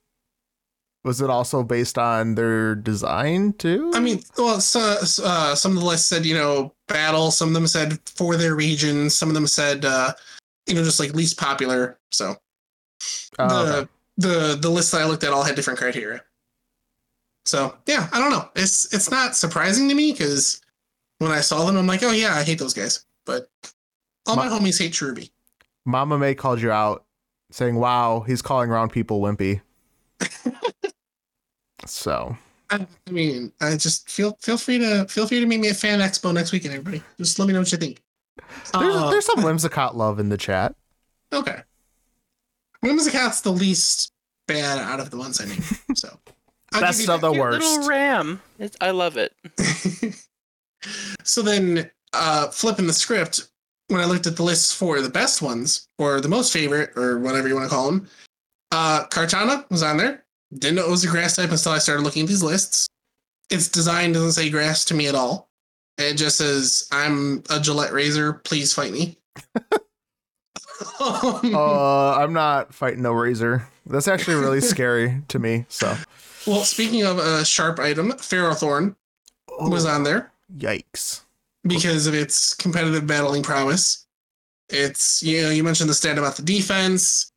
Speaker 1: was it also based on their design too?
Speaker 4: I mean, well, so, uh, some of the lists said you know battle. Some of them said for their region. Some of them said uh, you know just like least popular. So
Speaker 1: Oh,
Speaker 4: the
Speaker 1: okay.
Speaker 4: the the lists that I looked at all had different criteria. So yeah, I don't know. It's it's not surprising to me because when I saw them, I'm like, oh yeah, I hate those guys. But all my,
Speaker 1: My-
Speaker 4: homies hate Cherubi.
Speaker 1: Mama May called you out, saying, "Wow, he's calling around people wimpy." so
Speaker 4: I, I mean, I just feel feel free to feel free to meet me at Fan Expo next weekend, everybody. Just let me know what you think.
Speaker 1: there's
Speaker 4: Uh,
Speaker 1: there's some whimsicott love in the chat.
Speaker 4: okay. Whimsicott's the least bad out of the ones I named. So I'll give
Speaker 1: Best
Speaker 4: you
Speaker 1: of
Speaker 4: that.
Speaker 1: the
Speaker 2: Cute
Speaker 1: worst.
Speaker 2: Little ram. It's, I love it.
Speaker 4: so then uh flipping the script when i looked at the lists for the best ones or the most favorite or whatever you want to call them uh cartana was on there didn't know it was a grass type until i started looking at these lists its design doesn't say grass to me at all it just says i'm a gillette razor please fight me Um,
Speaker 1: uh, I'm not fighting no razor. That's actually really scary to me. So
Speaker 4: well speaking of a sharp item ferrothorn was on there
Speaker 1: Yikes.
Speaker 4: because of its competitive battling prowess. It's you know you mentioned the stat about the defense,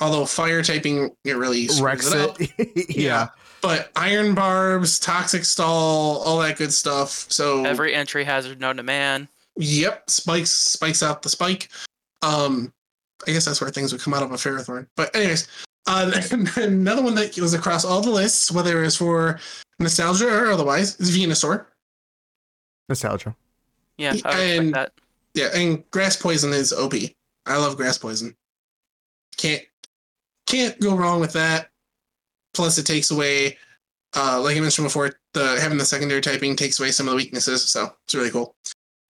Speaker 4: although fire typing it really screws
Speaker 1: Wrecks
Speaker 4: it up.
Speaker 1: it. yeah.
Speaker 4: But iron barbs, toxic stall, all that good stuff. So
Speaker 2: Mm. Every entry hazard known to man.
Speaker 4: Yep, spikes spikes out the spike. Um, I guess that's where things would come out of a ferrothorn. But anyways, uh, another one that was across all the lists, whether it's for nostalgia or otherwise, is Venusaur.
Speaker 1: Nostalgia.
Speaker 2: Yeah, I would expect
Speaker 4: And-
Speaker 2: that.
Speaker 4: Yeah, and grass poison is OP. I love grass poison. Can't can't go wrong with that. Plus, it takes away, uh, like I mentioned before, the having the secondary typing takes away some of the weaknesses, so it's really cool.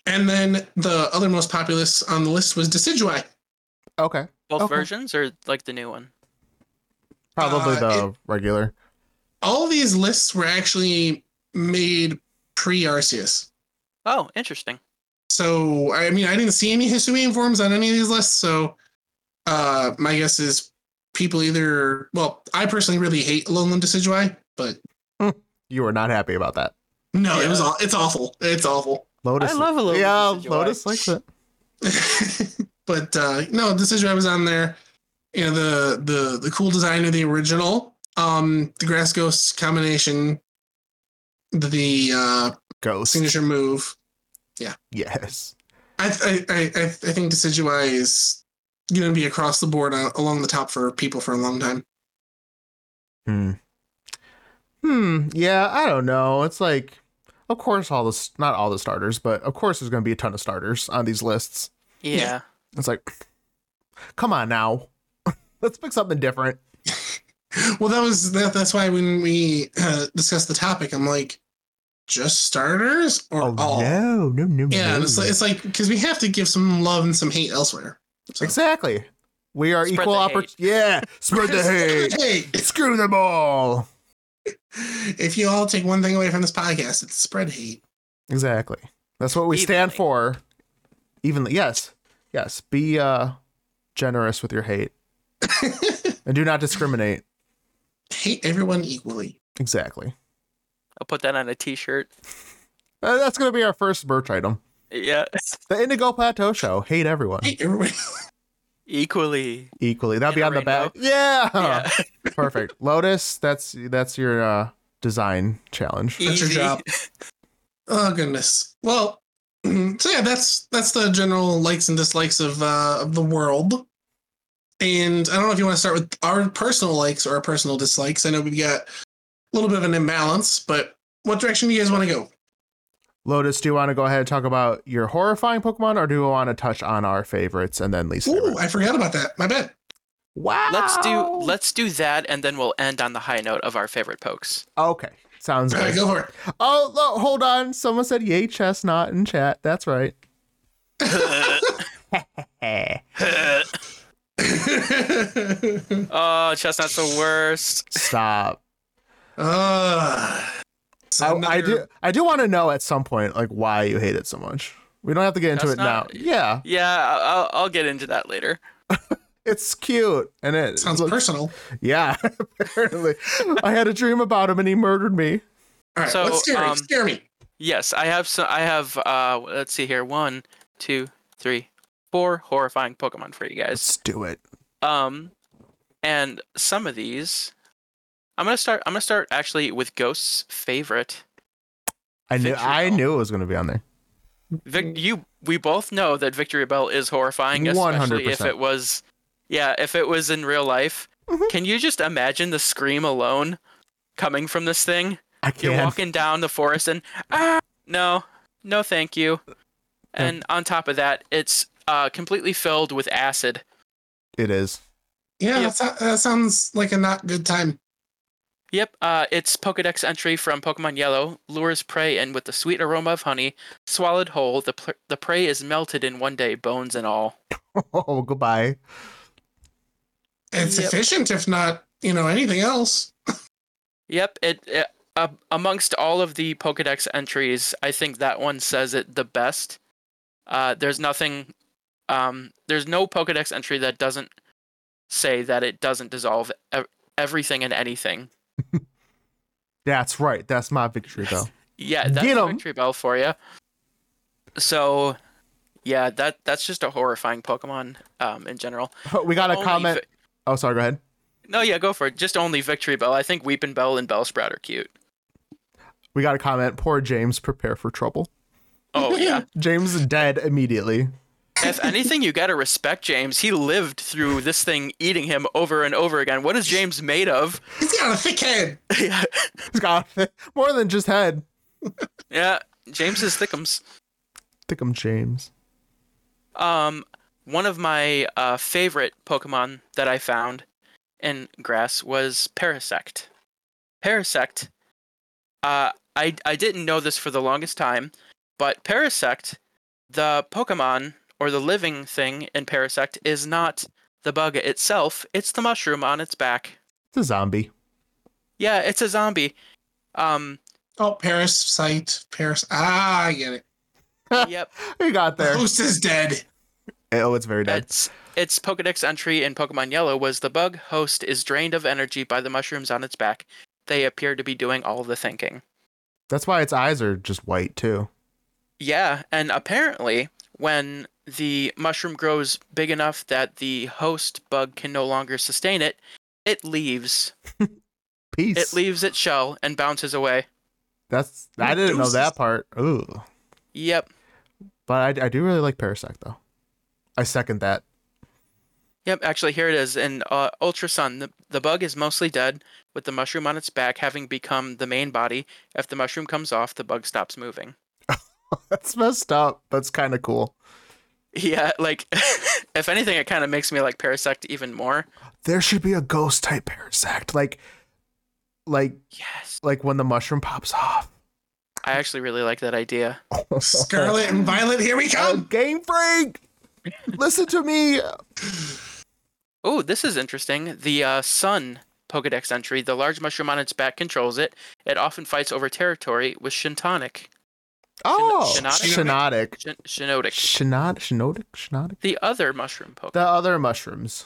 Speaker 4: And then the other most populous on the list was Decidueye.
Speaker 1: Okay.
Speaker 2: Both
Speaker 1: Okay.
Speaker 2: versions or like the new one?
Speaker 1: Probably
Speaker 4: Uh,
Speaker 1: the regular.
Speaker 4: All these lists were actually made pre Arceus.
Speaker 2: Oh, interesting.
Speaker 4: So I mean, I didn't see any Hisuian forms on any of these lists. So uh, my guess is people either well, I personally really hate Lowland Decidueye, but
Speaker 1: You were not happy about that.
Speaker 4: no, it was
Speaker 2: Yeah.
Speaker 4: all it's awful. It's awful.
Speaker 1: Lotus.
Speaker 2: I love a Lotus
Speaker 1: Yeah,
Speaker 2: decidueye.
Speaker 1: Lotus likes it.
Speaker 4: but uh, no, Decidueye was on there. You know the the the cool design of the original, um, the grass ghost combination, the uh,
Speaker 1: Ghost.
Speaker 4: signature move.
Speaker 1: Yes.
Speaker 4: I I I, I I think Decidueye is going to be across the board uh, along the top for people for a long time.
Speaker 1: Hmm. Hmm. Yeah, I don't know. It's like, of course, all the not all the starters, but of course, there's going to be a ton of starters on these lists.
Speaker 2: Yeah.
Speaker 4: Yeah.
Speaker 1: It's like, come on now, let's pick something different.
Speaker 4: Well, that was that, that's why when we uh, discussed the topic, I'm like, just starters or
Speaker 1: Oh,
Speaker 4: all? Oh, Yeah,
Speaker 1: no, no, no,
Speaker 4: and it's like it's like because we have to give some love and some hate elsewhere.
Speaker 1: exactly. We are
Speaker 2: Spread
Speaker 1: equal
Speaker 2: the hate.
Speaker 1: opportunity. Yeah, spread the hate.
Speaker 4: Hey,
Speaker 1: Screw them all.
Speaker 4: if you all take one thing away from this podcast, it's spread hate.
Speaker 1: Exactly. That's what we stand
Speaker 2: Evenly.
Speaker 1: for. Evenly. Yes. Yes. Be uh, generous with your hate and do not discriminate.
Speaker 4: hate everyone equally.
Speaker 1: Exactly.
Speaker 2: I'll put that on a t-shirt.
Speaker 1: Uh, that's going to be our first merch item.
Speaker 2: Yeah.
Speaker 1: The Indigo Plateau Show. Hate everyone
Speaker 4: Hate everyone.
Speaker 2: Equally.
Speaker 1: equally. That'll
Speaker 2: In
Speaker 1: be
Speaker 2: a
Speaker 1: on the back. Yeah.
Speaker 2: yeah.
Speaker 1: Perfect. Lotus, that's that's your uh, design challenge.
Speaker 4: That's your
Speaker 2: Easy.
Speaker 4: job. Oh goodness. Well, so yeah, that's that's the general likes and dislikes of uh, of the world. And I don't know if you want to start with our personal likes or our personal dislikes. I know we've got a little bit of an imbalance, but what direction do you guys want to go?
Speaker 1: Lotus, do you want to go ahead and talk about your horrifying Pokemon or do you want to touch on our favorites and then least
Speaker 4: Ooh,
Speaker 1: favorite?
Speaker 4: I forgot about that. My bad.
Speaker 1: Wow.
Speaker 2: Let's do let's do that and then we'll end on the high note of our favorite pokes.
Speaker 1: Okay. Sounds
Speaker 4: All right,
Speaker 1: good.
Speaker 4: go for it.
Speaker 1: Oh, lo- hold on. Someone said yay chestnut in chat. That's right. Eh,
Speaker 2: oh, chestnut's the worst.
Speaker 1: Stop.
Speaker 4: uh, so
Speaker 1: I, I
Speaker 4: another-
Speaker 1: do I do want to know at some point like why you hate it so much. We don't have to get into
Speaker 2: That's
Speaker 1: it
Speaker 2: not-
Speaker 1: now. Yeah.
Speaker 2: Yeah, I- I'll, I'll get into that later.
Speaker 1: It's cute. And it
Speaker 4: Sounds
Speaker 1: look-
Speaker 4: personal.
Speaker 1: Yeah, apparently. I had a dream about him and he murdered me.
Speaker 4: All right,
Speaker 2: So,
Speaker 4: what's scary?
Speaker 2: um,
Speaker 4: scare me.
Speaker 2: Yes, I have some. I have. Uh, let's see here. One, two, three, four horrifying Pokemon for you guys.
Speaker 1: Let's do it.
Speaker 2: Um, and some of these, I'm gonna start. I'm gonna start actually with Ghost's favorite.
Speaker 1: I knew
Speaker 2: Victory
Speaker 1: I
Speaker 2: Bell.
Speaker 1: knew it was going to be on there.
Speaker 2: Vic, you. We both know that Victory Bell is horrifying, especially if
Speaker 1: 100%.
Speaker 2: it was. Yeah, if it was in real life,
Speaker 1: Mhm.
Speaker 2: can you just imagine the scream alone coming from this thing?
Speaker 1: I
Speaker 2: You're
Speaker 1: can't.
Speaker 2: walking down the forest and ah, no, no, thank you. And on top of that, it's uh, completely filled with acid.
Speaker 1: It is.
Speaker 4: Yeah,
Speaker 2: Yep.
Speaker 4: that, that sounds like a not good time.
Speaker 2: Yep, uh, it's Pokedex entry from Pokemon Yellow lures prey in with the sweet aroma of honey. Swallowed whole, the pl- the prey is melted in one day, bones and all.
Speaker 1: Oh, goodbye.
Speaker 4: It's
Speaker 2: Yep.
Speaker 4: efficient, if not, you know, anything else.
Speaker 2: Yep, it, it uh, amongst all of the Pokedex entries, I think that one says it the best. Uh, there's nothing, um, there's no Pokedex entry that doesn't say that it doesn't dissolve ev- everything and anything.
Speaker 1: That's right. That's my victory bell.
Speaker 2: Yeah, that's
Speaker 1: Get
Speaker 2: a
Speaker 1: 'em.
Speaker 2: victory bell for you. So, yeah, that that's just a horrifying Pokemon um, in general.
Speaker 1: we got a
Speaker 2: Only
Speaker 1: comment.
Speaker 2: fa-
Speaker 1: oh, sorry. Go ahead.
Speaker 2: No, yeah, go for it. Just only Victory Bell. I think Weeping Bell and Bell Sprout are cute.
Speaker 1: We got a comment. Poor James, prepare for trouble.
Speaker 2: Oh yeah.
Speaker 1: James is dead immediately.
Speaker 2: if anything, you gotta respect James. He lived through this thing eating him over and over again. What is James made of?
Speaker 4: He's got a thick head.
Speaker 2: yeah,
Speaker 1: He's got more than just head.
Speaker 2: yeah. James is thickums.
Speaker 1: Think I'm James.
Speaker 2: Um, one of my uh, favorite Pokemon that I found in grass was Parasect. Parasect. Uh, I I didn't know this for the longest time, but Parasect, the Pokemon or the living thing in Parasect, is not the bug itself. It's the mushroom on its back.
Speaker 1: It's a zombie.
Speaker 2: Yeah, it's a zombie. Um,
Speaker 4: Oh, parasite. Paras. Ah, I get it.
Speaker 2: yep.
Speaker 1: We got
Speaker 4: The
Speaker 1: there.
Speaker 4: host is dead.
Speaker 1: Oh, it's very dead.
Speaker 2: Its its Pokedex entry in Pokemon Yellow was the bug host is drained of energy by the mushrooms on its back. They appear to be doing all the thinking.
Speaker 1: That's why its eyes are just white too.
Speaker 2: Yeah, and apparently when the mushroom grows big enough that the host bug can no longer sustain it, it leaves.
Speaker 1: Peace.
Speaker 2: It leaves its shell and bounces away.
Speaker 1: That's I didn't know that part. Ooh,
Speaker 2: Yep.
Speaker 1: but I, I do really like Parasect though. I second that.
Speaker 2: Yep, actually, here it is. In uh, Ultra Sun, the, the bug is mostly dead, with the mushroom on its back having become the main body. If the mushroom comes off, the bug stops moving.
Speaker 1: That's messed up. That's kind of cool.
Speaker 2: Yeah, like, if anything, it kind of makes me like Parasect even more.
Speaker 1: There should be a ghost type Parasect, like, like,
Speaker 2: Yes.
Speaker 1: like when the mushroom pops off.
Speaker 2: I actually really like that idea.
Speaker 4: Scarlet and Violet, here we
Speaker 1: Oh,
Speaker 4: come.
Speaker 1: Game Freak, listen to me.
Speaker 2: Oh, this is interesting. The uh, Sun Pokedex entry, the large mushroom on its back controls it. It often fights over territory with Shintonic.
Speaker 1: Oh,
Speaker 2: Shinotic?
Speaker 1: Shinotic,
Speaker 2: Shin- Shinodic.
Speaker 1: Shinod, Shinotic, Shinotic.
Speaker 2: The other mushroom Pokemon.
Speaker 1: The other mushrooms.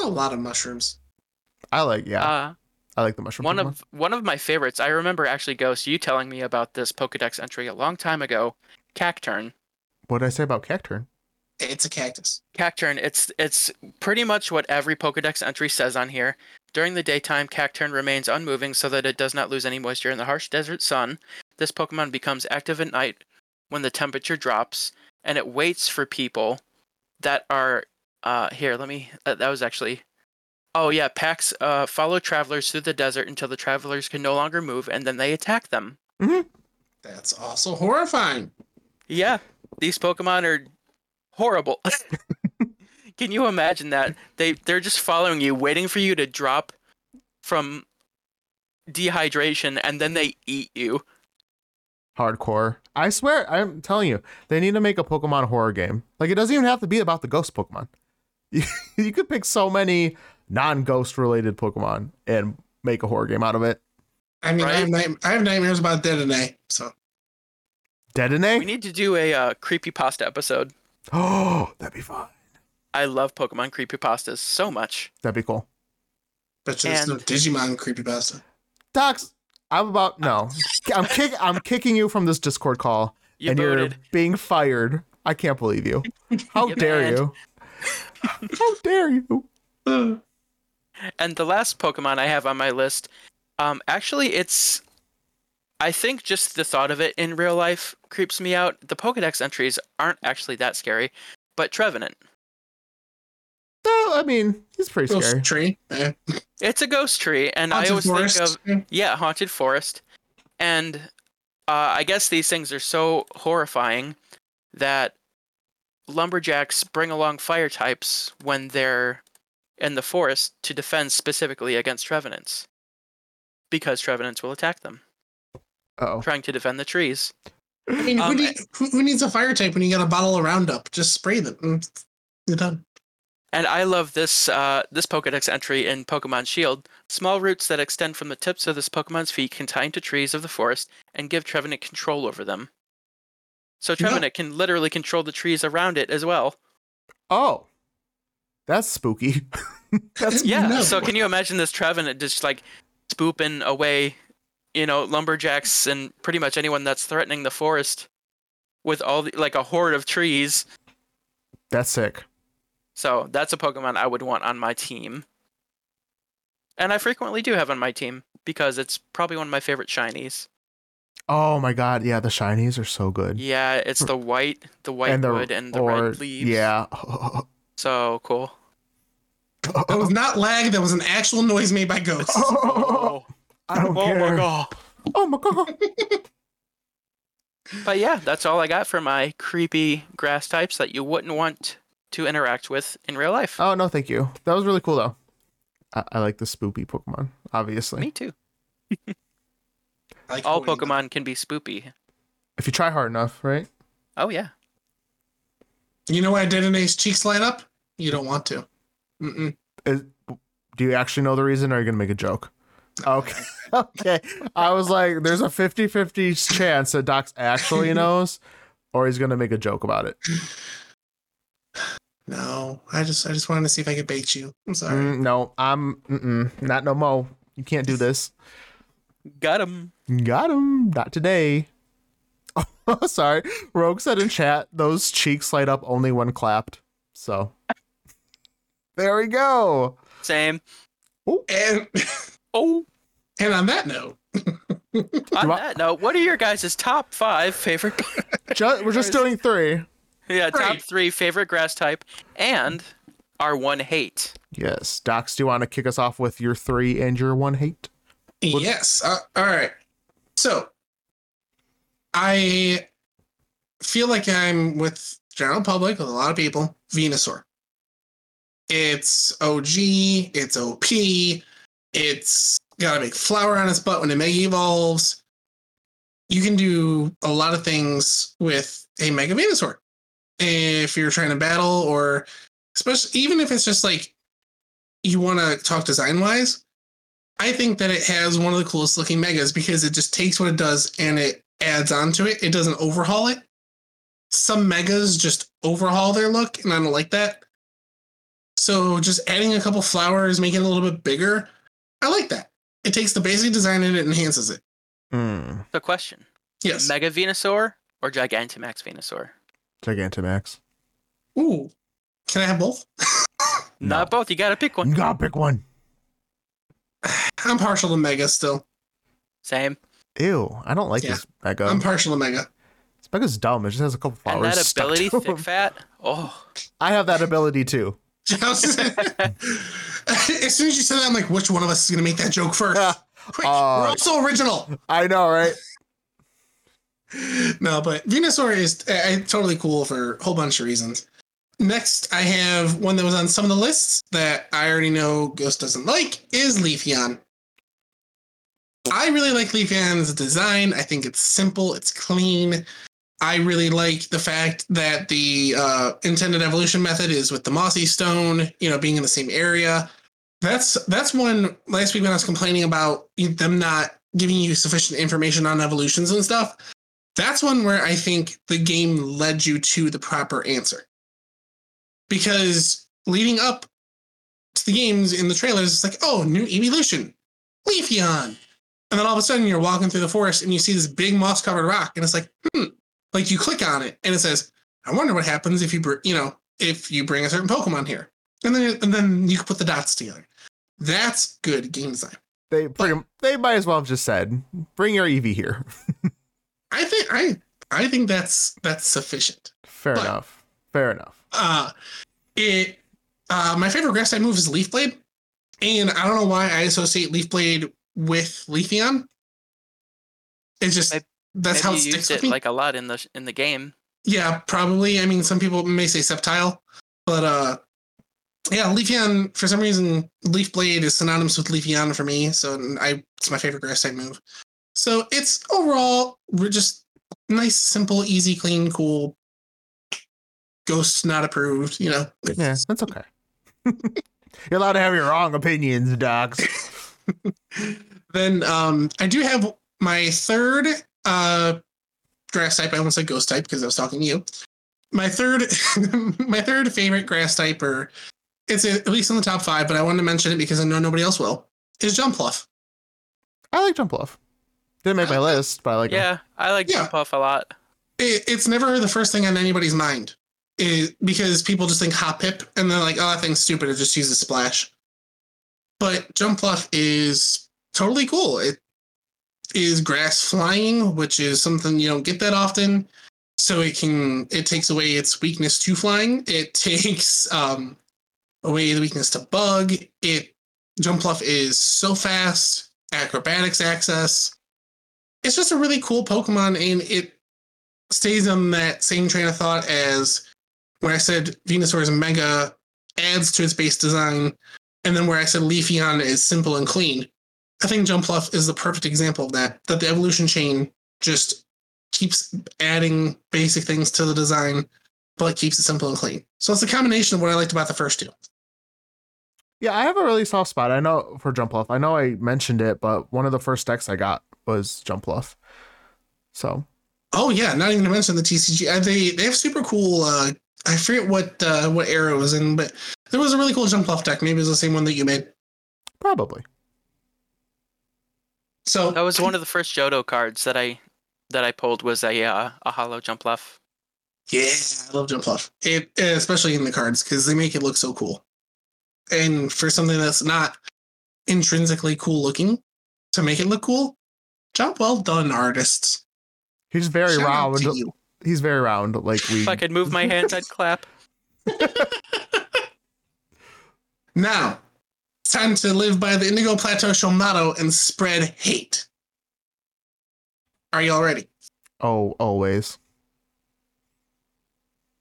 Speaker 4: A lot of mushrooms.
Speaker 1: I like. Yeah,
Speaker 2: uh,
Speaker 1: I like the mushroom.
Speaker 2: one
Speaker 1: Pokemon.
Speaker 2: of one of my favorites. I remember actually, Ghost, you telling me about this Pokedex entry a long time ago. Cacturn.
Speaker 1: what did I say about Cacturn?
Speaker 4: It's a cactus.
Speaker 2: Cacturn. It's it's pretty much what every Pokedex entry says on here. During the daytime, Cacturn remains unmoving so that it does not lose any moisture in the harsh desert sun. This Pokemon becomes active at night when the temperature drops, and it waits for people that are uh, here. Let me. Uh, that was actually. Oh yeah, packs uh, follow travelers through the desert until the travelers can no longer move, and then they attack them.
Speaker 4: That's also horrifying.
Speaker 2: Yeah, these Pokemon are horrible. Can you imagine that? They they're just following you, waiting for you to drop from dehydration, and then they eat you.
Speaker 1: hardcore. I swear, I'm telling you, they need to make a Pokemon horror game. Like it doesn't even have to be about the ghost Pokemon. You, you could pick so many non-ghost related Pokemon and make a horror game out of it.
Speaker 4: I mean, I, have
Speaker 2: Right?
Speaker 4: nightm- I have nightmares about dead and I. So
Speaker 2: We
Speaker 1: Dedenne?
Speaker 2: need to do a uh, creepypasta episode.
Speaker 1: Oh, that'd be fun.
Speaker 2: I love Pokemon creepypastas so much.
Speaker 1: That'd be cool.
Speaker 4: bet you there's no
Speaker 2: And-
Speaker 4: Digimon creepypasta.
Speaker 1: Docs, I'm about no. I'm kick I'm kicking you from this Discord call
Speaker 2: You
Speaker 1: and
Speaker 2: voted.
Speaker 1: you're being fired. I can't believe you. How
Speaker 2: You
Speaker 1: dare
Speaker 2: banned.
Speaker 1: you? How dare you?
Speaker 4: Uh,
Speaker 2: And the last Pokemon I have on my list, um, actually, it's. I think just the thought of it in real life creeps me out. The Pokedex entries aren't actually that scary, but Trevenant.
Speaker 1: No, I mean, he's pretty
Speaker 4: ghost
Speaker 1: scary.
Speaker 4: tree. Eh.
Speaker 2: It's a ghost tree, and I
Speaker 4: Haunted
Speaker 2: always
Speaker 4: forest.
Speaker 2: think of
Speaker 4: Eh.
Speaker 2: yeah, haunted forest, and uh, I guess these things are so horrifying that lumberjacks bring along fire types when they're in the forest to defend specifically against trevenants, because trevenants will attack them,
Speaker 1: Oh.
Speaker 2: trying to defend the trees.
Speaker 4: I mean,
Speaker 2: Um,
Speaker 4: who, need, who, who needs a fire type when you got a bottle of Roundup? Just spray them. Mm, You're done.
Speaker 2: And I love this uh, this Pokedex entry in Pokemon Shield. Small roots that extend from the tips of this Pokemon's feet can tie into trees of the forest and give Trevenant control over them. So
Speaker 4: Yeah.
Speaker 2: Trevenant can literally control the trees around it as well.
Speaker 1: Oh, that's spooky. that's
Speaker 2: Yeah.
Speaker 4: No.
Speaker 2: So can you imagine this Trevenant just like spooping away, you know, lumberjacks and pretty much anyone that's threatening the forest with all the, like a horde of trees.
Speaker 1: that's sick.
Speaker 2: So that's a Pokemon I would want on my team. and I frequently do have on my team because it's probably one of my favorite shinies.
Speaker 1: Oh my god, yeah, the shinies are so good.
Speaker 2: Yeah, it's the white, the white
Speaker 1: the
Speaker 2: wood, and the
Speaker 1: or-
Speaker 2: red leaves.
Speaker 1: Yeah.
Speaker 2: so cool.
Speaker 4: That was not lag. That was an actual noise made by ghosts.
Speaker 1: Oh. I don't
Speaker 2: oh
Speaker 1: care.
Speaker 2: my god!
Speaker 1: Oh my god.
Speaker 2: But yeah, that's all I got for my creepy grass types that you wouldn't want to interact with in real life.
Speaker 1: Oh no, thank you. That was really cool though. I, I like the spoopy Pokemon, obviously.
Speaker 2: Me too.
Speaker 4: I like
Speaker 2: All
Speaker 4: quoting them.
Speaker 2: Pokemon can be spoopy.
Speaker 1: If you try hard enough, right?
Speaker 2: Oh yeah.
Speaker 4: You know what I did in Ace Cheeks lineup? You don't want to. Mm-mm.
Speaker 1: Is, do you actually know the reason, or are you gonna make a joke? Okay, okay. I was like, there's a 50-50 chance that Doc actually knows, or he's gonna make a joke about it.
Speaker 4: No, I just I just wanted to see if I could bait you. I'm sorry.
Speaker 1: Mm, no, I'm mm-mm, not no mo. You can't do this.
Speaker 2: Got him.
Speaker 1: Got him. Not today. Oh, sorry. Rogue said in chat, those cheeks light up only when clapped. So there we go.
Speaker 2: Same.
Speaker 4: And
Speaker 2: Oh.
Speaker 4: and on that note,
Speaker 2: On
Speaker 1: Do I-
Speaker 2: that note, what are your guys' top five favorite?
Speaker 1: Ju- we're just doing three.
Speaker 2: yeah, top
Speaker 4: Great.
Speaker 2: three favorite grass type and our one hate.
Speaker 1: Yes, Docs, do you want to kick us off with your three and your one hate? What-
Speaker 4: yes. Uh, all right. So I feel like I'm with general public with a lot of people. Venusaur. It's OG. It's OP. It's got a big flower on its butt when it mega evolves. You can do a lot of things with a Mega Venusaur if you're trying to battle, or especially even if it's just like you want to talk design wise. I think that it has one of the coolest looking megas because it just takes what it does and it adds on to it. It doesn't overhaul it. Some megas just overhaul their look, and I don't like that. So just adding a couple flowers, making it a little bit bigger, I like that. It takes the basic design and it enhances it.
Speaker 1: Mm,
Speaker 2: The question:
Speaker 4: Yes.
Speaker 2: Mega Venusaur or Gigantamax Venusaur?
Speaker 1: Gigantamax.
Speaker 4: Ooh. Can I have both?
Speaker 2: Not both. You gotta pick one.
Speaker 1: You gotta pick one.
Speaker 4: I'm partial to mega still.
Speaker 2: Same.
Speaker 1: Ew, I don't like
Speaker 4: Yeah.
Speaker 1: this Mega.
Speaker 4: I'm partial to mega.
Speaker 1: this Mega's dumb. It just has a couple flowers.
Speaker 2: and that
Speaker 1: stuck
Speaker 2: ability,
Speaker 1: to
Speaker 2: thick
Speaker 1: him.
Speaker 2: fat. Oh,
Speaker 1: I have that ability too.
Speaker 4: as soon as you said that, I'm like, which one of us is going to make that joke first? Quick, we're
Speaker 1: Uh,
Speaker 4: all so original.
Speaker 1: I know, right?
Speaker 4: no, but Venusaur is uh, totally cool for a whole bunch of reasons. Next, I have one that was on some of the lists that I already know Ghost doesn't like is Leafeon. I really like Leafeon's design. I think it's simple, it's clean. I really like the fact that the uh, intended evolution method is with the mossy stone, you know, being in the same area. That's that's one last week when I was complaining about them not giving you sufficient information on evolutions and stuff that's one where I think the game led you to the proper answer. Because leading up to the games in the trailers, it's like, oh, new evolution, Leafeon. And then all of a sudden you're walking through the forest and you see this big moss covered rock. And it's like, hmm, like you click on it and it says, I wonder what happens if you, br- you know, if you bring a certain Pokemon here. And then, and then you can put the dots together. That's good game design.
Speaker 1: They pretty, they might as well have just said, "Bring your Eevee here."
Speaker 4: I think I I think that's that's sufficient.
Speaker 1: Fair
Speaker 4: But-
Speaker 1: enough. Fair enough.
Speaker 4: uh it uh my favorite grass type move is leaf blade and i don't know why i associate leaf blade with leafeon it's just
Speaker 2: Maybe-
Speaker 4: that's how
Speaker 2: Maybe
Speaker 4: it
Speaker 2: you used
Speaker 4: sticks with
Speaker 2: it
Speaker 4: me
Speaker 2: like a lot in the in the game.
Speaker 4: yeah probably i mean some people may say septile but uh yeah leafeon for some reason leaf blade is synonymous with leafeon for me so i it's my favorite grass type move so it's overall we're just nice simple easy clean cool ghosts not approved you know
Speaker 1: Yeah, that's okay. You're allowed to have your wrong opinions, Docs.
Speaker 4: then um, I do have my third uh, grass type. I almost said ghost type because I was talking to you. My third, my third favorite grass type, or it's at least in the top five, but I wanted to mention it because I know nobody else will. Is Jumpluff.
Speaker 1: I like Jumpluff. Didn't make my list, but I like. him.
Speaker 2: Yeah, I like
Speaker 4: Yeah.
Speaker 2: Jumpluff a lot.
Speaker 4: It, it's never the first thing on anybody's mind, it, because people just think hop hip, and they're like, "Oh, that thing's stupid. It just uses splash." But Jumpluff is totally cool. It is grass flying, which is something you don't get that often. So it can it takes away its weakness to flying. It takes um, away the weakness to bug. It Jumpluff is so fast. Acrobatics access. It's just a really cool Pokemon, and it stays on that same train of thought as when I said Venusaur's Mega adds to its base design, and then where I said Leafeon is simple and clean. I think Jumpluff is the perfect example of that. That the evolution chain just keeps adding basic things to the design, but it keeps it simple and clean. So it's a combination of what I liked about the first two.
Speaker 1: Yeah, I have a really soft spot. I know for Jumpluff. I know I mentioned it, but one of the first decks I got was Jumpluff. So
Speaker 4: Oh yeah, not even to mention the TCG. Uh, They they have super cool. Uh, I forget what uh, what era it was in, but there was a really cool jump off deck. Maybe it was the same one that you made.
Speaker 1: probably.
Speaker 4: So
Speaker 2: That was one of the first Johto cards that I that I pulled was a uh, a hollow jump left.
Speaker 4: yeah, I love jump off. It uh, especially in the cards because they make it look so cool. And for something that's not intrinsically cool looking, to make it look cool, job well done, artists.
Speaker 1: He's very
Speaker 4: Shout out
Speaker 1: round.
Speaker 4: to you.
Speaker 1: He's very round. Like we
Speaker 2: If I could move my hands, I'd clap.
Speaker 4: Now, it's time to live by the Indigo Plateau Show motto and spread hate. Are y'all ready?
Speaker 1: oh always.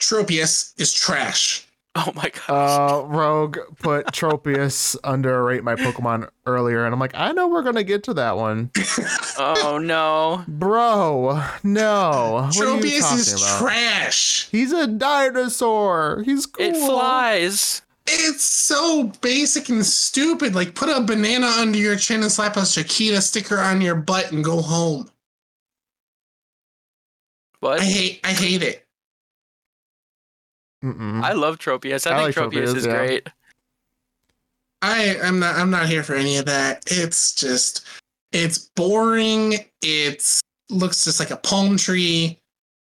Speaker 4: Tropius is trash.
Speaker 2: Oh my gosh.
Speaker 1: Uh, Rogue put Tropius under rate my Pokemon earlier, and I'm like, I know we're gonna get to that one,
Speaker 2: oh no.
Speaker 1: bro. No, Oh, what are you
Speaker 4: Tropius
Speaker 1: talking
Speaker 4: is
Speaker 1: about?
Speaker 4: trash.
Speaker 1: He's a dinosaur. He's cool.
Speaker 2: It flies.
Speaker 4: It's so basic and stupid. Like, put a banana under your chin and slap a Chiquita sticker on your butt and go home.
Speaker 2: What?
Speaker 4: I hate. I hate it.
Speaker 1: Mm-mm.
Speaker 2: I love Tropius. I,
Speaker 1: I like
Speaker 2: think Tropius,
Speaker 1: Tropius,
Speaker 2: is
Speaker 1: yeah.
Speaker 2: great.
Speaker 4: I. I'm not. I'm not here for any of that. It's just. It's boring. It's looks just like a palm tree.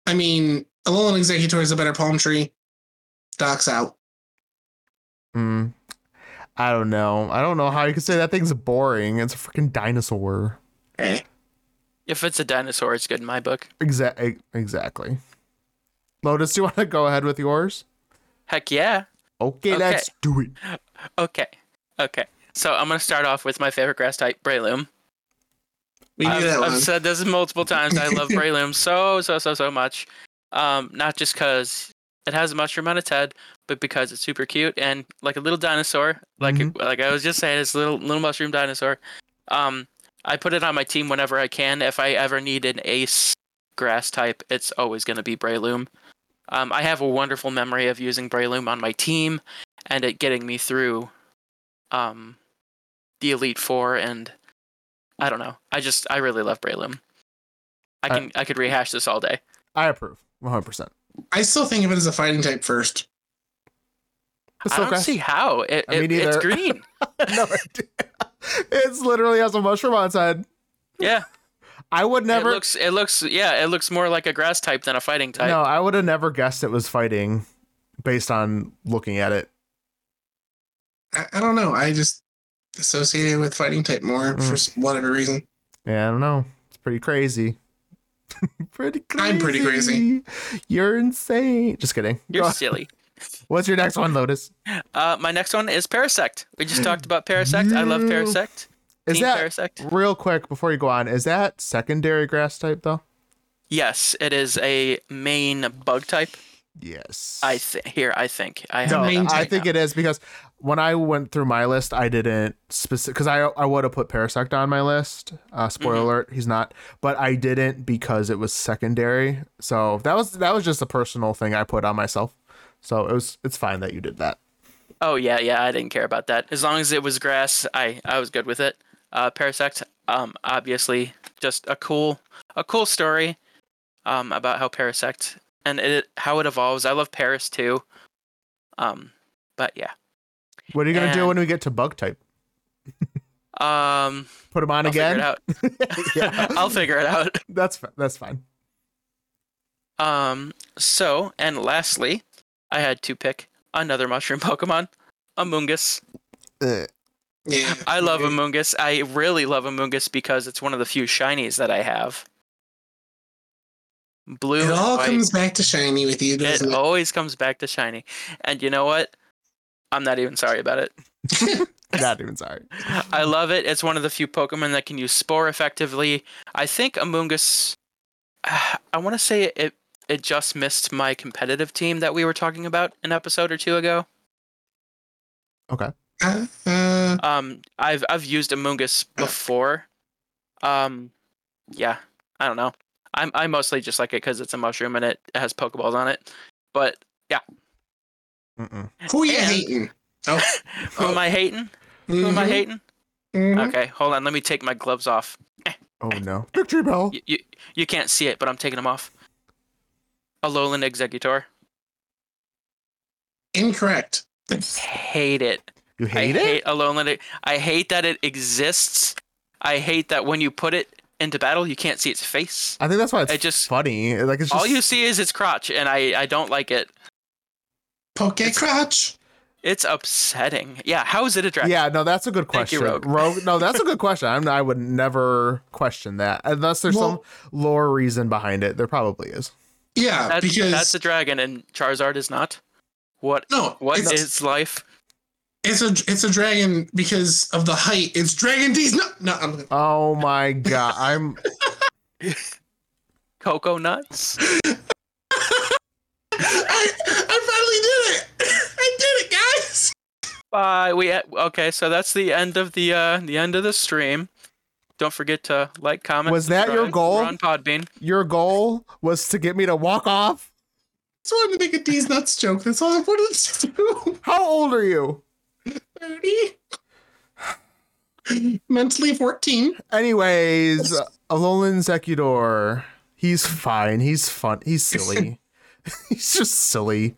Speaker 4: I mean, Alolan Executor is a better palm tree. Doc's out.
Speaker 1: Mm. I don't know. I don't know how you could say that thing's boring. It's a freaking dinosaur.
Speaker 4: Eh.
Speaker 2: If it's a dinosaur, it's good in my book.
Speaker 1: Exactly. e, Exactly. Lotus, do you want to go ahead with yours?
Speaker 2: Heck yeah.
Speaker 1: Okay,
Speaker 2: Okay.
Speaker 1: let's do it.
Speaker 2: Okay. Okay. So I'm gonna start off with my favorite grass type, Breloom.
Speaker 4: We knew
Speaker 2: I've,
Speaker 4: that
Speaker 2: I've
Speaker 4: one.
Speaker 2: said this multiple times. I love Breloom so so so so much. Um, not just because it has a mushroom on its head, but because it's super cute and like a little dinosaur. Like
Speaker 1: Mm-hmm.
Speaker 2: like I was just saying, it's a little little mushroom dinosaur. Um, I put it on my team whenever I can. If I ever need an ace grass type, it's always going to be Breloom. Um, I have a wonderful memory of using Breloom on my team and it getting me through um, the Elite Four and I don't know. I just I really love Breloom. I
Speaker 1: I-
Speaker 2: can I could rehash this all day.
Speaker 1: I approve. 100. percent
Speaker 4: I still think of it as a fighting type first.
Speaker 1: It's
Speaker 2: I
Speaker 1: still
Speaker 2: don't
Speaker 1: grass.
Speaker 2: see how it,
Speaker 1: I mean,
Speaker 2: it- it's
Speaker 1: neither.
Speaker 2: green.
Speaker 1: no idea. It's literally has a mushroom on its head.
Speaker 2: Yeah,
Speaker 1: I would never.
Speaker 2: it looks it looks yeah it looks more like a grass type than a fighting type.
Speaker 1: no, I would have never guessed it was fighting, based on looking at it.
Speaker 4: I, I don't know. I just associate it with fighting type more
Speaker 1: Mm.
Speaker 4: for s- whatever reason.
Speaker 1: Yeah, I don't know. It's pretty crazy. pretty crazy.
Speaker 4: I'm pretty
Speaker 1: You're insane. Just kidding.
Speaker 2: You're silly.
Speaker 1: What's your next one, Lotus?
Speaker 2: Uh, my next one is Parasect. We just talked about Parasect. I love
Speaker 1: You-
Speaker 2: Parasect.
Speaker 1: Is
Speaker 2: Team
Speaker 1: that
Speaker 2: Parasect?
Speaker 1: real quick before you go on? Is that secondary grass type though?
Speaker 2: Yes, it is a main bug type.
Speaker 1: Yes.
Speaker 2: I th- here I think I have
Speaker 1: no,
Speaker 2: it
Speaker 4: main
Speaker 2: up
Speaker 1: I
Speaker 2: right
Speaker 1: think
Speaker 2: now.
Speaker 1: it is because when I went through my list, I didn't specific because I I would have put Parasect on my list. Uh, spoiler
Speaker 2: Mhm.
Speaker 1: alert, he's not, but I didn't because it was secondary. So that was that was just a personal thing I put on myself. So it was it's fine that you did that.
Speaker 2: Oh yeah, yeah. I didn't care about that. As long as it was grass, I I was good with it. Uh, Parasect, um, obviously, just a cool a cool story, um, about how Parasect and it how it evolves. I love Paris too. Um, but yeah.
Speaker 1: What are you gonna do
Speaker 2: And-
Speaker 1: when we get to bug type?
Speaker 2: Um,
Speaker 1: Put him on
Speaker 2: I'll figure it
Speaker 1: again.
Speaker 2: out.
Speaker 1: yeah,
Speaker 2: I'll figure it out.
Speaker 1: that's fi- that's fine.
Speaker 2: Um, so, and lastly, I had to pick another mushroom Pokemon, Amoongus.
Speaker 1: Uh,
Speaker 4: Yeah.
Speaker 2: I love
Speaker 4: him.
Speaker 2: Amoongus. I really love Amoongus because it's one of the few shinies that I have. Blue.
Speaker 4: It
Speaker 2: and
Speaker 4: all
Speaker 2: white.
Speaker 4: comes back to shiny with you,
Speaker 2: It
Speaker 4: doesn't it?
Speaker 2: always comes back to shiny, and you know what? I'm not even sorry about it.
Speaker 1: Not even sorry.
Speaker 2: I love it. It's one of the few Pokemon that can use Spore effectively. I think Amoongus. I want to say it. It just missed my competitive team that we were talking about an episode or two ago.
Speaker 4: Uh, uh,
Speaker 2: Um, I've I've used Amoongus before. Um, yeah, I don't know. I'm I mostly just like it because it's a mushroom and it has Pokeballs on it. But
Speaker 1: Mm-mm.
Speaker 4: who you
Speaker 2: And-
Speaker 4: hating? Oh,
Speaker 2: who am I hating? Who am I
Speaker 4: mhm,
Speaker 2: hating?
Speaker 4: mhm.
Speaker 2: Okay, hold on. Let me take my gloves off.
Speaker 1: Oh no. Victory bell.
Speaker 2: You, you you can't see it, but I'm taking them off. Alolan Executor.
Speaker 4: Incorrect.
Speaker 2: Hate it.
Speaker 1: You hate
Speaker 2: I
Speaker 1: it?
Speaker 2: hate Alolan. E- I hate that it exists. I hate that when you put it into battle, you can't see its face.
Speaker 1: I think that's why it's
Speaker 2: I just-
Speaker 1: funny. Like it's just
Speaker 2: All you see is its crotch, and I, I don't like it.
Speaker 4: Poke crotch.
Speaker 2: It's upsetting. Yeah, how is it a dragon?
Speaker 1: Yeah, no, that's a good
Speaker 2: Thank you,
Speaker 1: question. Rogue. No, that's a good question. I'm, I would never question that unless there's
Speaker 4: Well-
Speaker 1: some lore reason behind it. There probably is.
Speaker 4: Yeah,
Speaker 2: that's,
Speaker 4: because
Speaker 2: that's a dragon, and Charizard is not. What
Speaker 4: no,
Speaker 2: what
Speaker 4: it's,
Speaker 2: is life?
Speaker 4: it's a it's a dragon because of the height. It's Dragon D's. No, no, I'm,
Speaker 1: Oh my god, I'm
Speaker 2: Cocoa nuts.
Speaker 4: I, I finally did it. I did it, guys.
Speaker 2: Bye. We okay. So that's the end of the uh the end of the stream. Don't forget to like, comment.
Speaker 1: Was that your
Speaker 2: subscribe.
Speaker 1: goal?
Speaker 2: We're on Podbean?
Speaker 1: your goal was to get me to walk off.
Speaker 4: I just wanted to make a D's nuts joke. That's all I wanted to do.
Speaker 1: How old are you?
Speaker 4: Thirty. Mentally fourteen.
Speaker 1: Anyways, Alolan Zekudor. He's fine. He's fun. He's silly. he's just silly.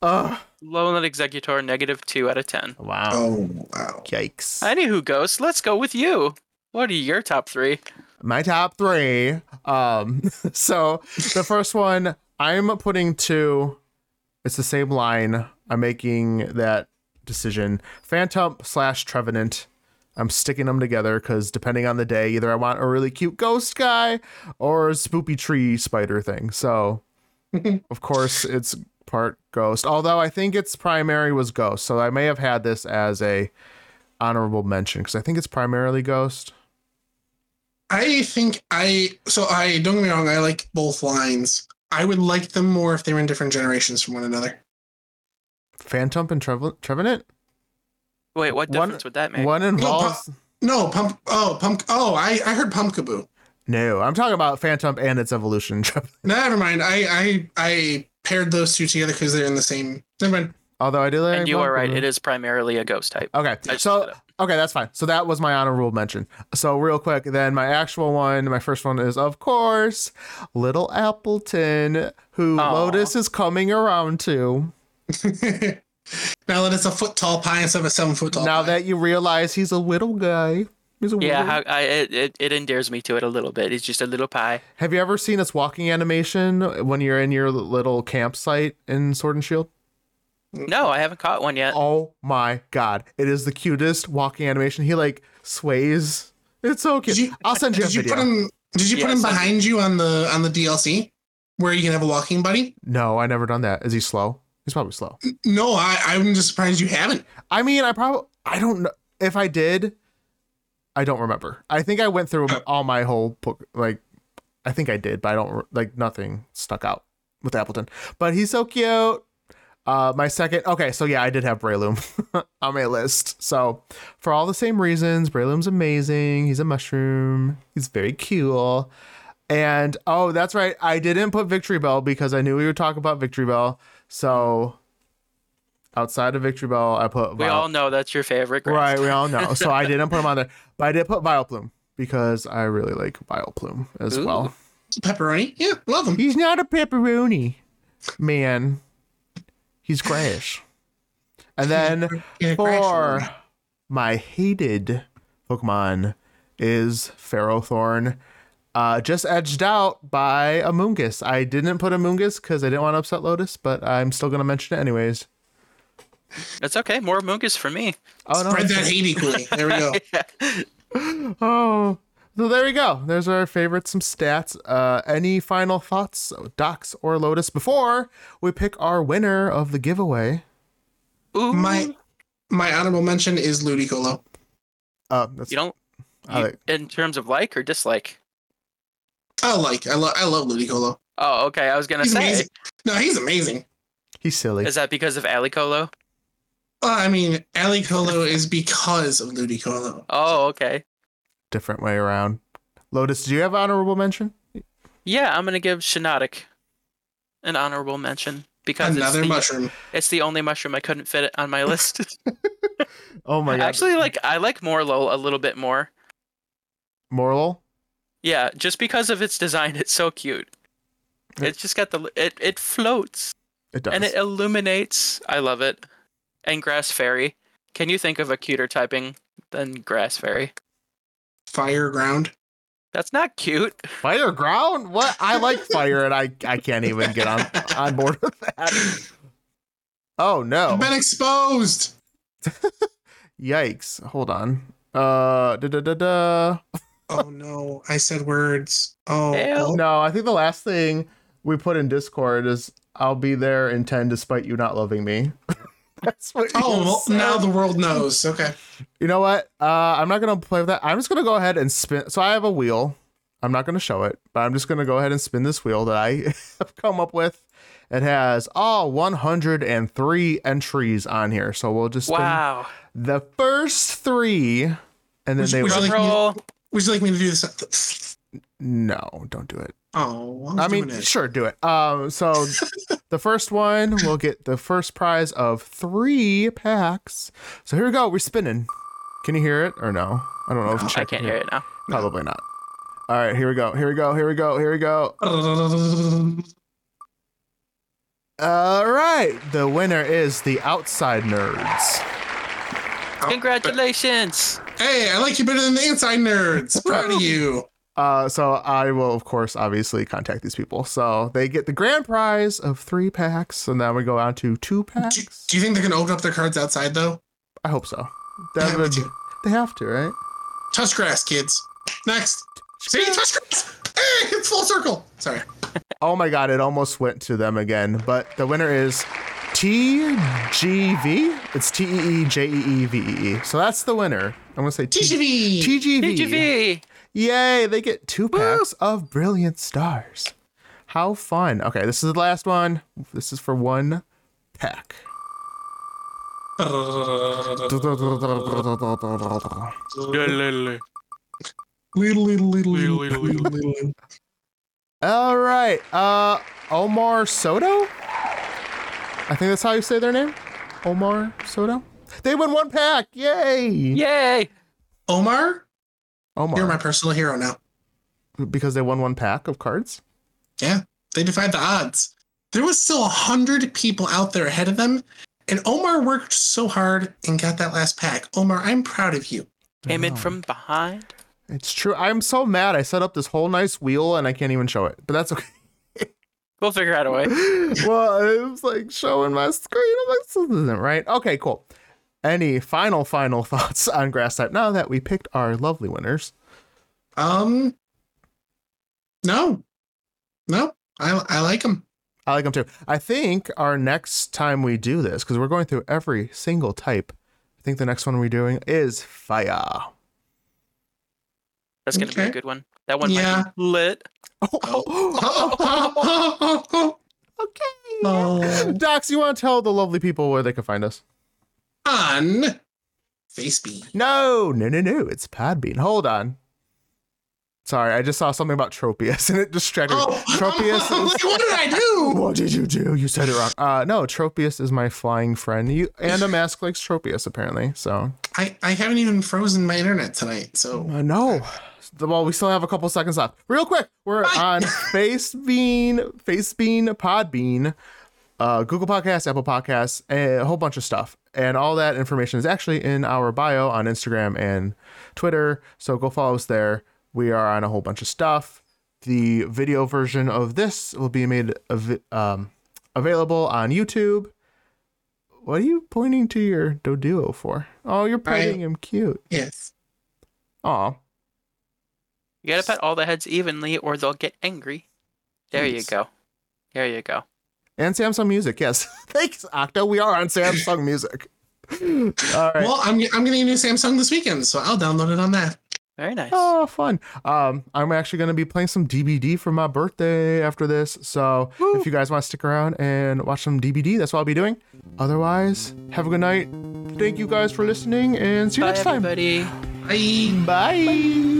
Speaker 1: Ugh.
Speaker 2: Lowland Executor negative two out of ten.
Speaker 1: Wow.
Speaker 4: Oh wow.
Speaker 1: Yikes.
Speaker 2: Anywho, Ghost, let's go with you. What are your top three?
Speaker 1: my top three. Um, so the first one I'm putting two. It's the same line. I'm making that decision. Phantom slash Trevenant. I'm sticking them together because depending on the day, either I want a really cute ghost guy or a spoopy tree spider thing. So, of course, it's part ghost. Although I think its primary was ghost, so I may have had this as a honorable mention because I think it's primarily ghost.
Speaker 4: I think I so I don't get me wrong, I like both lines. I would like them more if they were in different generations from one another.
Speaker 1: Phantom and Trev- Trevenant.
Speaker 2: Wait, what
Speaker 1: One-
Speaker 2: difference would that make?
Speaker 1: One involves
Speaker 4: No, pump oh pump oh I, I heard pumpkaboo.
Speaker 1: no. I'm talking about Phantom and its evolution.
Speaker 4: Never mind. I I I paired those two together because they're in the same never mind.
Speaker 1: Although I do like,
Speaker 2: and you are right. It is primarily a ghost type.
Speaker 1: okay.
Speaker 2: I just
Speaker 1: So
Speaker 2: looked it up.
Speaker 1: okay, that's fine. So that was my honorable mention. So real quick, then my actual one, my first one is of course Little Appleton, who
Speaker 2: Aw.
Speaker 1: Lotus is coming around to.
Speaker 4: now that it's a foot tall pie instead of a seven foot tall
Speaker 1: now
Speaker 4: pie.
Speaker 1: that you realize he's a little guy. He's a
Speaker 2: yeah,
Speaker 1: little-
Speaker 2: how, I, it, it it endears me to it a little bit. It's just a little pie.
Speaker 1: Have you ever seen its walking animation when you're in your little campsite in Sword and Shield?
Speaker 2: No, I haven't caught one
Speaker 4: Uh,
Speaker 2: yet.
Speaker 1: Oh my god. It is the cutest walking animation. He like sways. It's so cute.
Speaker 4: Did you-
Speaker 1: I'll send you a
Speaker 4: did you
Speaker 1: video.
Speaker 4: put him did you put
Speaker 2: Yeah,
Speaker 4: him
Speaker 2: so-
Speaker 4: behind you on the on the DLC where you can have a walking buddy?
Speaker 1: no, I never done that. Is he slow? He's probably slow.
Speaker 4: No, I, I'm just surprised you haven't.
Speaker 1: I mean, I probably I don't know if I did. I don't remember. I think I went through
Speaker 4: Oh.
Speaker 1: all my whole book like I think I did, but I don't re- like nothing stuck out with Appleton. But he's so cute. Uh, my second, okay, so yeah, I did have Breloom on my list. So, for all the same reasons, Breloom's amazing. He's a mushroom. He's very cool. And oh, that's right, I didn't put Victory Bell because I knew we would talk about Victory Bell. So, outside of Victory Bell, I put
Speaker 2: We all know that's your favorite. Grass.
Speaker 1: right. We all know. So I didn't put him on there, but I did put Vileplume because I really like Vileplume as
Speaker 2: Ooh.
Speaker 1: well.
Speaker 4: Pepperoni? Yeah, love him.
Speaker 1: He's not a pepperoni, man. He's grayish. And then
Speaker 4: Yeah, Crash
Speaker 1: for
Speaker 4: Room.
Speaker 1: my hated Pokemon is Ferrothorn. Uh, just edged out by Amoongus. I didn't put Amoongus because I didn't want to upset Lotus, but I'm still going to mention it anyways.
Speaker 2: That's okay. More Mungus for me.
Speaker 1: Oh no.
Speaker 4: Spread that hate equally. There we go.
Speaker 1: Oh. So there we go. There's our favorites, some stats. Uh, any final thoughts, Docs or Lotus, before we pick our winner of the giveaway?
Speaker 2: Ooh,
Speaker 4: My my honorable mention is Ludicolo.
Speaker 1: Uh, that's,
Speaker 2: you don't.
Speaker 1: I
Speaker 2: you-
Speaker 1: like-
Speaker 2: in terms of like or dislike.
Speaker 4: I like I love I love Ludicolo.
Speaker 2: Oh, okay. I was gonna
Speaker 4: He's
Speaker 2: say,
Speaker 4: amazing. No, he's amazing.
Speaker 1: he's silly.
Speaker 2: is that because of Alicolo?
Speaker 4: Well, I mean, Ali Colo is because of Ludicolo.
Speaker 2: Oh, okay.
Speaker 1: Different way around. Lotus, do you have honorable mention?
Speaker 2: Yeah, I'm gonna give Shinotic an honorable mention because it's
Speaker 4: Another
Speaker 2: the,
Speaker 4: mushroom.
Speaker 2: it's the only mushroom I couldn't fit it on my list.
Speaker 1: Oh my god.
Speaker 2: Actually, like I like Morlul a little bit more.
Speaker 1: Moral.
Speaker 2: Yeah, just because of its design, it's so cute.
Speaker 1: Yeah.
Speaker 2: It's just got the it it floats
Speaker 1: It does.
Speaker 2: and it uh, illuminates. I love it. And grass fairy. Can you think of a cuter typing than grass fairy?
Speaker 4: Fire ground.
Speaker 2: That's not cute.
Speaker 1: fire ground. What? I like fire, and I I can't even get on on board with that. Oh no.
Speaker 4: I've been exposed.
Speaker 1: Yikes. Hold on. Uh, da da da da.
Speaker 4: Oh no, I said words. Oh,
Speaker 2: Hell.
Speaker 4: oh.
Speaker 1: No, I think the last thing we put in Discord is I'll be there in 10 despite you not loving me. That's what you
Speaker 4: Oh, well,
Speaker 1: said.
Speaker 4: now the world knows. Okay.
Speaker 1: You know what? Uh, I'm not going to play with that. I'm just going to go ahead and spin. So I have a wheel. I'm not going to show it, but I'm just going to go ahead and spin this wheel that I have come up with. It has all 103 entries on here. So we'll just spin
Speaker 2: Wow.
Speaker 1: the first three and then
Speaker 4: Which-
Speaker 1: they
Speaker 4: which
Speaker 1: will.
Speaker 4: Like, you-
Speaker 2: Roll.
Speaker 4: Would you like me to do this?
Speaker 1: No, don't do it.
Speaker 4: Oh,
Speaker 1: I mean,
Speaker 4: doing it.
Speaker 1: sure, do it. Um, so the first one will get the first prize of three packs. So here we go. We're spinning. Can you hear it or no? I don't know. if
Speaker 2: I
Speaker 1: Chad can
Speaker 2: can't hear it now.
Speaker 1: Probably not. All right, here we go. Here we go. Here we go. Here we go. All right, the winner is the Outside Nerds.
Speaker 2: Congratulations.
Speaker 4: Hey, I like you better than the inside nerds. Proud of you.
Speaker 1: Uh, so I will, of course, obviously contact these people. So they get the grand prize of three packs, and then we go on to two
Speaker 4: Do,
Speaker 1: packs.
Speaker 4: do you think they're gonna open up their cards outside though?
Speaker 1: I hope so. That
Speaker 4: Yeah, me
Speaker 1: would,
Speaker 4: too.
Speaker 1: they have to, right?
Speaker 4: Touch grass, kids. Next. See, touch grass. Hey, it's full circle. Sorry.
Speaker 1: Oh my god, it almost went to them again. But the winner is TGV. It's T E E J E E V E E. So that's the winner. I'm gonna say T-
Speaker 4: TGV.
Speaker 1: TGV.
Speaker 2: PGV.
Speaker 1: Yay! They get two packs of brilliant stars. How fun. Okay, this is the last one. This is for one pack.
Speaker 4: Little, little, little, little, little, little.
Speaker 1: All right. Uh, Omar Soto. I think that's how you say their name. Omar Soto. They win one pack. Yay!
Speaker 2: Yay.
Speaker 4: Omar,
Speaker 1: Omar.
Speaker 4: you're my personal hero now.
Speaker 1: because they won one pack of cards.
Speaker 4: Yeah, they defied the odds. There was still a hundred people out there ahead of them, and Omar worked so hard and got that last pack. Omar, I'm proud of you.
Speaker 2: Came in
Speaker 1: Wow.
Speaker 2: from behind.
Speaker 1: It's true. I'm so mad. I set up this whole nice wheel and I can't even show it, but that's okay.
Speaker 2: We'll figure out a way.
Speaker 1: well, it was like showing my screen. I'm like, this isn't right. Okay, cool. Any final, final thoughts on grass type now that we picked our lovely winners?
Speaker 4: Um, no, no, I I like him.
Speaker 1: I like them too. I think our next time we do this, because we're going through every single type, I think the next one we're doing is fire.
Speaker 2: That's gonna be
Speaker 4: Okay.
Speaker 2: a good one. That one
Speaker 4: Yeah.
Speaker 2: might be lit.
Speaker 1: Oh, okay.
Speaker 4: Oh.
Speaker 1: Docs, you want to tell the lovely people where they can find us?
Speaker 4: On Facebee.
Speaker 1: No, no, no, no. It's Podbean. Hold on. Sorry, I just saw something about Tropius and it distracted me.
Speaker 4: Oh,
Speaker 1: Tropius is-
Speaker 4: like, what did I do?
Speaker 1: What did you do? You said it wrong. Uh, no, Tropius is my flying friend. You and a mask likes Tropius apparently. So
Speaker 4: I, I haven't even frozen my internet tonight, so
Speaker 1: uh, no. Well, we still have a couple seconds left. Real quick, we're on Facebean, Facebean, Podbean, uh, Google Podcasts, Apple Podcasts, and a whole bunch of stuff. And all that information is actually in our bio on Instagram and Twitter. So go follow us there. We are on a whole bunch of stuff. The video version of this will be made av- um, available on YouTube. What are you pointing to your Doduo for? Oh, you're petting
Speaker 4: I-
Speaker 1: him cute.
Speaker 4: Yes.
Speaker 1: Aw.
Speaker 2: You gotta pet all the heads evenly, or they'll get angry. There you
Speaker 4: Yes.
Speaker 2: go. There you go.
Speaker 1: And Samsung Music, yes. Thanks, Octo. We are on Samsung Music. All right.
Speaker 4: Well, I'm I'm getting a new Samsung this weekend, so I'll download it on that.
Speaker 2: Very nice.
Speaker 1: Oh, fun. Um, I'm actually going to be playing some DBD for my birthday after this. So if you guys want to stick around and watch some DBD, that's what I'll be doing. Otherwise, have a good night. Thank you guys for listening and see you
Speaker 2: Bye,
Speaker 1: next time.
Speaker 2: everybody.
Speaker 4: Bye.
Speaker 1: Bye.